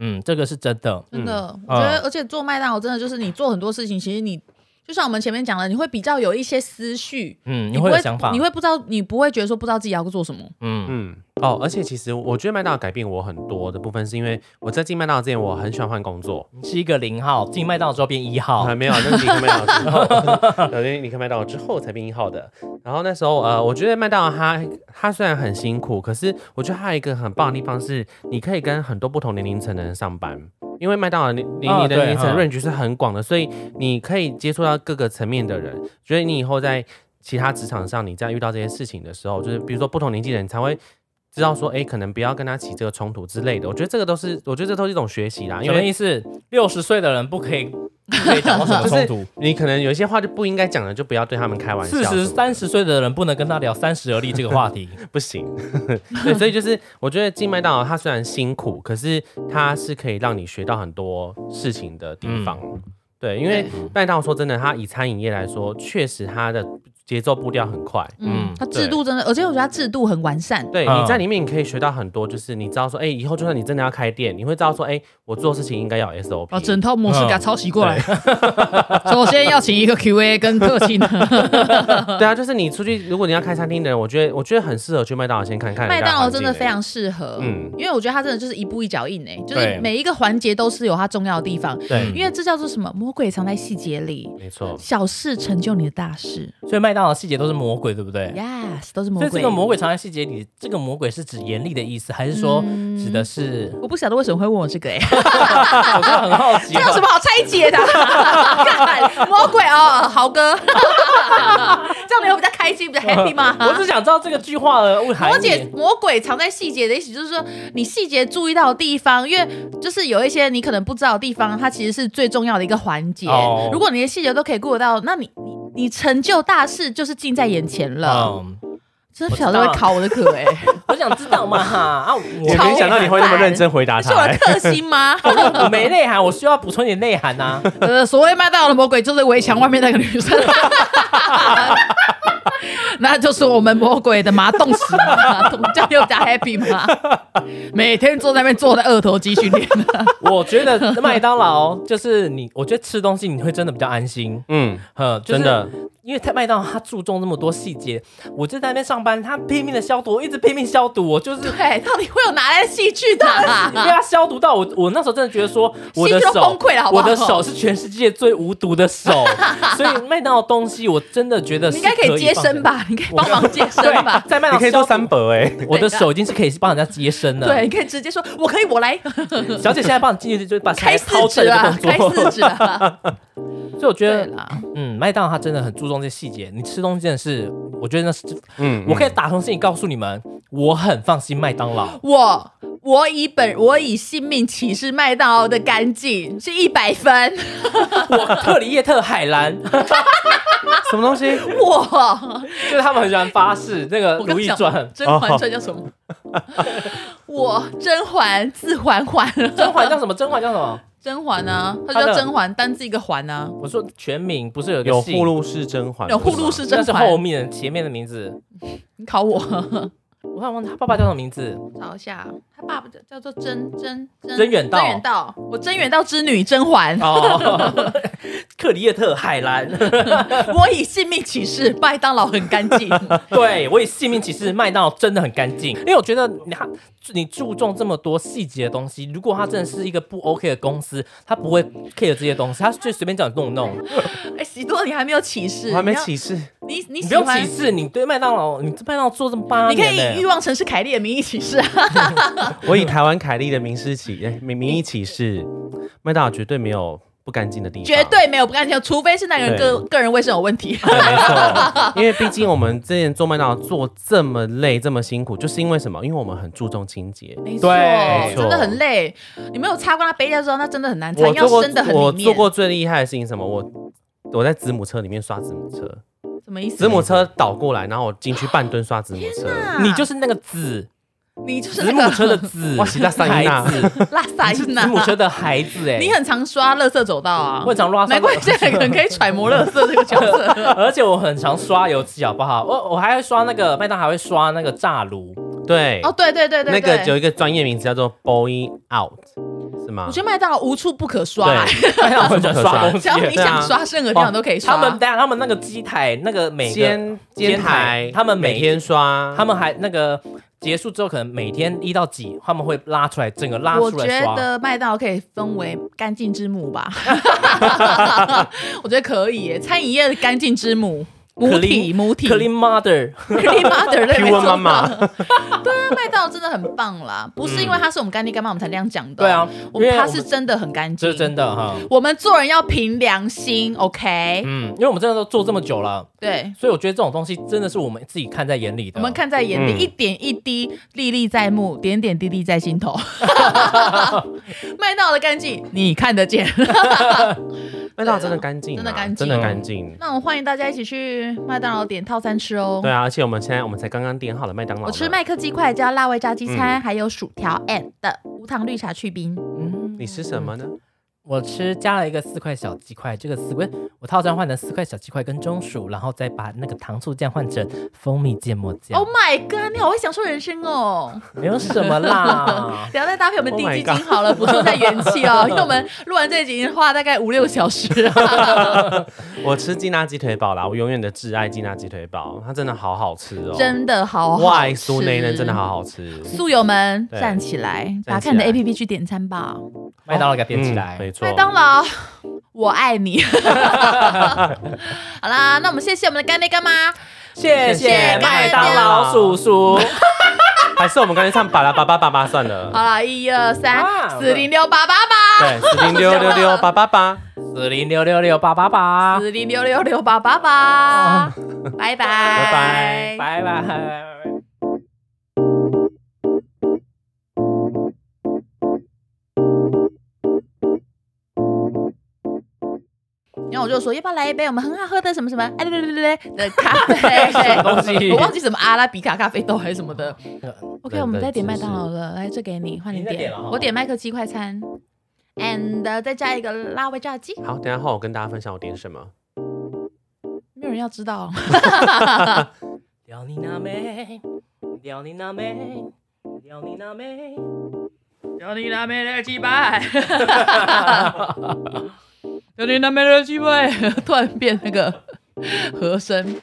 C: 嗯，这个是真的。
B: 真的，我觉得，而且做麦当劳真的就是你做很多事情，其实你就像我们前面讲的，你会比较有一些思绪，
C: 嗯，你
B: 你不
C: 会有想法，
B: 你会不知道，你不会觉得说不知道自己要做什么。
C: 嗯
A: 嗯，哦，而且其实我觉得麦当劳改变我很多的部分，是因为我在进麦当劳之前，我很喜欢换工作，
C: 你是一个零号，进麦当劳之后变一号
A: 啊还。没有，那是离开麦当劳之后， 对，因为离开麦当劳之后才变一号的。然后那时候，呃，我觉得麦当劳它它虽然很辛苦，可是我觉得它有一个很棒的地方是，你可以跟很多不同年龄层的人上班。因为麦当劳你你
C: 哦
A: 你的
C: 对
A: 年龄
C: 嗯
A: 层 range 是很广的，所以你可以接触到各个层面的人。所以你以后在其他职场上，你在遇到这些事情的时候，就是比如说不同年纪的人才会知道说，哎，可能不要跟他起这个冲突之类的。我觉得这个都是，我觉得这都是一种学习啦。因
C: 有的
A: 为
C: 意思，啊六十岁的人不 可以不可以讲到什么冲突，
A: 你可能有一些话就不应该讲的，就不要对他们开玩笑什么
C: 四
A: 的。
C: 十三十岁的嗯人不能跟他聊三十而立这个话 题。
A: 不行， 对，所以就是我觉得进麦当劳它虽然辛苦，可是它是可以让你学到很多事情的地方。
B: 嗯
A: 对，因为麦当劳说真的，它以餐饮业来说，确实它的节奏步调很快。
C: 嗯
B: 嗯，它制度真的，而且我觉得它制度很完善。
A: 对，
C: 嗯
A: 你在里面你可以学到很多，就是你知道说，哎、以后就算你真的要开店，你会知道说，哎、我做事情应该要有 SOP。
B: 哦
D: 把整套模式给他抄袭过来。首先要请一个 QA 跟特勤，
A: 对啊，就是你出去，如果你要开餐厅的人，我觉得我觉得很适合去麦当劳先看看人家
B: 麦当劳真的
A: 环境
B: 非常适合，
A: 嗯
B: 因为我觉得它真的就是一步一脚印诶、就
C: 对
B: 是每一个环节都是有它重要的地方。
C: 对
B: 因为这叫做什么？摸魔鬼藏在细节里，
A: 没错，
B: 小事成就你的大事。
C: 所以麦当劳细节都是魔鬼，对不对？
B: Yes，都是魔
C: 所以
B: 鬼。
C: 这个魔鬼藏在细节里，这个魔鬼是指严厉的意思，还是说
B: 嗯
C: 指的是？
B: 我不晓得为什么会问我这 个哎、
C: 我真的很好奇 啊
B: 这有什么好拆解 的？干魔鬼哦，豪哥，这样你会比较开心，比较 happy 吗？
C: 我只想知道这个句话的含
B: 魔解
C: 义。
B: 魔鬼藏在细节的意思，就是说你细节注意到的地方，因为就是有一些你可能不知道的地方，它其实是最重要的一个环节。
C: 哦
B: 如果你的细节都可以顾得到，那你你你成就大事就是近在眼前了。
C: 嗯，
B: 真的不晓得会考我的课哎、
C: 我想知道嘛哈啊，
A: 也
B: 超
A: 没想到你会那么认真回答
B: 这
A: 他、
B: 是我的
A: 哎
B: 克星吗？
C: 我我没内涵，我需要补充点内涵啊呐。
D: 呃，所谓麦当劳的魔鬼就是围墙外面那个女 生，那就是我们魔鬼的麻冻死嘛，这样又比较 happy 嘛。每天坐在那边做的二头肌训练，
C: 我觉得麦当劳就是你，我觉得吃东西你会真的比较安心。
A: 嗯，
C: 呵，就是
A: 真的，
C: 因为他麦当劳他注重那么多细节，我就在那边上班，他拼命的消毒，我一直拼命消毒，我就是
B: 对，到底会有哪来的戏剧的、啊？
C: 被他消毒到我，我那时候真的觉得说，我的
B: 心
C: 手
B: 就崩溃了好不好
C: 我的手是全世界最无毒 的手，所以麦当劳东西我真的觉得
B: 你
C: 是
B: 应该可以接生
C: 吧？
B: 吧？你可以帮忙接生
C: 对
B: 吧？
C: 在麦当
A: 你
C: 劳
A: 可以
C: 消
A: 做
C: 毒
A: 三伯哎、
C: 我的手已经是可以帮人家接生了。
B: 对，，你可以直接说，我可以，我 来
C: 小姐现在帮你进去，就是把
B: 开四
C: 掏出
B: 指
C: 来
B: 啊
C: 的，
B: 开
C: 动作。
B: 四指 啊，
C: 所以我觉
B: 对
C: 得，
B: 啦。
C: 嗯，麦当劳它真的很注重这些细节。你吃东西真的是，我觉得那是，
A: 嗯，
C: 我可以
A: 以
C: 打从心里告诉你们，我很放心麦当劳。
B: 我我以本我以性命起誓麦当劳的干净是一百分，
C: 我 特里叶特海蓝，
B: 嗯
A: 什么东西？
B: 我
C: 就是他们很喜欢发誓那个《
B: 我
C: 如
B: 刚
C: 懿
B: 想
C: 传》。
B: 甄嬛传叫什么？
C: 哦
B: 我甄嬛字嬛嬛，
C: 甄嬛叫什么？甄嬛叫什么？
B: 甄嬛呢？它
C: 她
B: 就
C: 的
B: 叫甄嬛，单字一个啊嬛呢、
C: 我说全名不是有一
A: 有
C: 个姓
A: 护禄是甄嬛，
B: 有护禄
A: 是
B: 是
A: 吗
C: 那
B: 甄
C: 啊是
B: 嬛
C: 后，面前面的名字，
B: 你考我
C: 我好像忘记他爸爸叫什么名字。
B: 找一下，他爸爸叫叫做甄甄甄
C: 甄远道
B: 甄远道，我甄远道之女甄嬛，
C: 哦，克里叶特海兰，
B: 我以性命起誓麦当劳很干 净，
C: 对我以性命起誓，麦当劳真的很干净，因为我觉得你看你注重这么多细节的东西，如果他真的是一个不 OK 的公司，他不会 care 这些东西，他就随便叫你弄弄，
B: 哎，喜多你还没有起誓，
A: 我还没
B: 你要
A: 起誓，
B: 你你
C: 你
B: 喜
C: 不用
B: 欢
C: 起誓，你对麦当劳，你对麦当劳做这么八
B: 你可
C: 年、
B: 以以欲
C: 呢，
B: 望城市凯莉的名义起誓啊，
A: 我以台湾凯莉的名师起哎名名义起誓，麦当劳绝对没有不干净的地方，
B: 绝对没有不干净，除非是那个人个个人卫生有问 题。
C: 哎
A: 对，没错，因为毕竟我们之前做麦当劳做这么累、这么辛苦，就是因为什么？因为我们很注重清洁。
B: 没
C: 错没
A: 错
B: 真的很累。你没有擦光它杯架之后，那真的很难擦，
A: 我
B: 要
A: 做过
B: 伸的很，
A: 我
B: 里
A: 做
B: 面。
A: 过最厉害的事情是什么？我我在子母车里面刷子母车，
B: 什么意思
A: 子？母车倒过来，然后我进去半蹲刷子母车，
B: 啊
C: 你就是那个子
B: 你就是
C: 子
B: 那
C: 母
B: 个
C: 车的子，
A: 哇是那三音啊
C: 孩子，
B: 拉 萨
C: 是
B: 因
C: 子母
B: 呐，
C: 车的孩子哎、
B: 你很常刷垃圾走道啊
C: 我。很常拉，
B: 难怪现在可能可以揣摩垃圾这个 角色。
C: 而且我很常刷油漆，好不好？我我还会刷那个麦当，还会刷那个 炸炉。
A: 对，
B: 哦，对对对
A: 那
B: 对
A: 个有
B: 对。
A: 一个专业名词叫做 “boy out”，是吗
B: 我？觉得麦当劳无处不可刷，哎
A: 对，
C: 麦当劳很喜欢刷东
B: 只
C: 西
B: 要，你
A: 对
B: 想
A: 啊
B: 刷，任何地方都可以刷。
C: 哦他们但他们那个机台那个每个，
A: 煎
C: 煎
A: 煎
C: 台
A: 台，
C: 他们每
A: 每天刷，
C: 他们还那个结束之后，可能每天一到几，他们会拉出来，整个拉
B: 我
C: 出
B: 觉
C: 来刷。
B: 得麦当劳可以分为干净之母吧， 我觉得可以耶，餐饮业的干净之 母。母体
C: Clean-
B: 母体
C: Clean Mother，
B: Clean mother 对
A: Pure
B: 没错
A: 妈妈
B: 对啊， 麦当劳真的很棒啦，不是因为它是我们干爹干妈我们才那样讲的，
C: 嗯对啊，
B: 我
C: 因
B: 们
C: 为
B: 它
C: 我
B: 是
C: 们
B: 真的很干净，
C: 这是真的哈，
B: 我们做人要凭良心，OK？
C: 嗯，因为我们真的都做这么久了，
B: 对，
C: 所以我觉得这种东西真的是我们自己看在眼里的。
B: 我们看在眼里，
A: 嗯
B: 一点一滴，历历在目，点点滴滴在心 头。麦当劳的干净你看得见，
A: 麦当劳真的干净啊，
B: 真的干净
A: 真的干净。
B: 那我欢迎大家一起去麦当劳点套餐吃哦。
A: 对啊，而且我们现在我们才刚刚点好了麦当劳呢，
B: 我吃麦克鸡块加辣味炸鸡
A: 嗯
B: 餐，还有薯条 and 无糖绿茶去冰。
C: 嗯
A: 你吃什么呢？
C: 我吃加了一个四块小鸡块，这个四块我套餐换成四块小鸡块跟中薯，然后再把那个糖醋酱换成蜂蜜芥末酱。
B: Oh my god！你好会享受人生哦。
C: 没有什么
B: ，
C: 啦
B: 等一下再搭配我们
A: Oh
B: 低
A: my
B: 基金好了，补充一下元气 哦。因为我们录完这一集已经花了大概五六小时、
A: 我吃鸡辣鸡腿堡啦，我永远的挚爱鸡辣鸡腿堡，它真的好好吃哦，
B: 真的好好
A: 外
B: 吃
A: 酥内嫩，真的好。好吃。
B: 宿友们
A: 对
B: 站起来，
A: 站
B: 打开你的
A: 起来
B: APP 去点餐吧。
C: 麦当劳给它点起
A: 嗯没
C: 来。
A: 错
B: 麦。当劳， 我爱你。 好啦，那我们谢谢我们的干爹干妈，
C: 谢谢麦当劳叔叔。
A: 还是我们干脆唱巴拉巴巴巴巴算了。
B: 好了，一二三，
C: 哇
B: 四零六八八八，
A: 对，四零六六六八八八，
C: 四零六六六八八八，
B: 四零六六六八八八，拜拜，拜
C: 哦拜
A: 拜
C: 拜。
B: 然后我就说要不要来一杯我们很好喝的什么什么哎对对对对 的咖啡，
C: 东西哦
B: 我忘记什么阿拉比卡咖啡豆还是什么的。OK，
A: 对
B: 我们再点
A: 对
B: 麦当劳了，哎来这给你，换你
C: 你再点了哦
B: 我点麦克鸡快餐，and 呃再加一个辣味炸鸡，
A: 好，等一下后我跟大家分享我点什么。
B: 没有人要知道。
C: 撩你那妹，撩你那妹，撩你那妹。
D: 有你那妹的击 败，有你那妹的击败，
B: 突然变那个和声，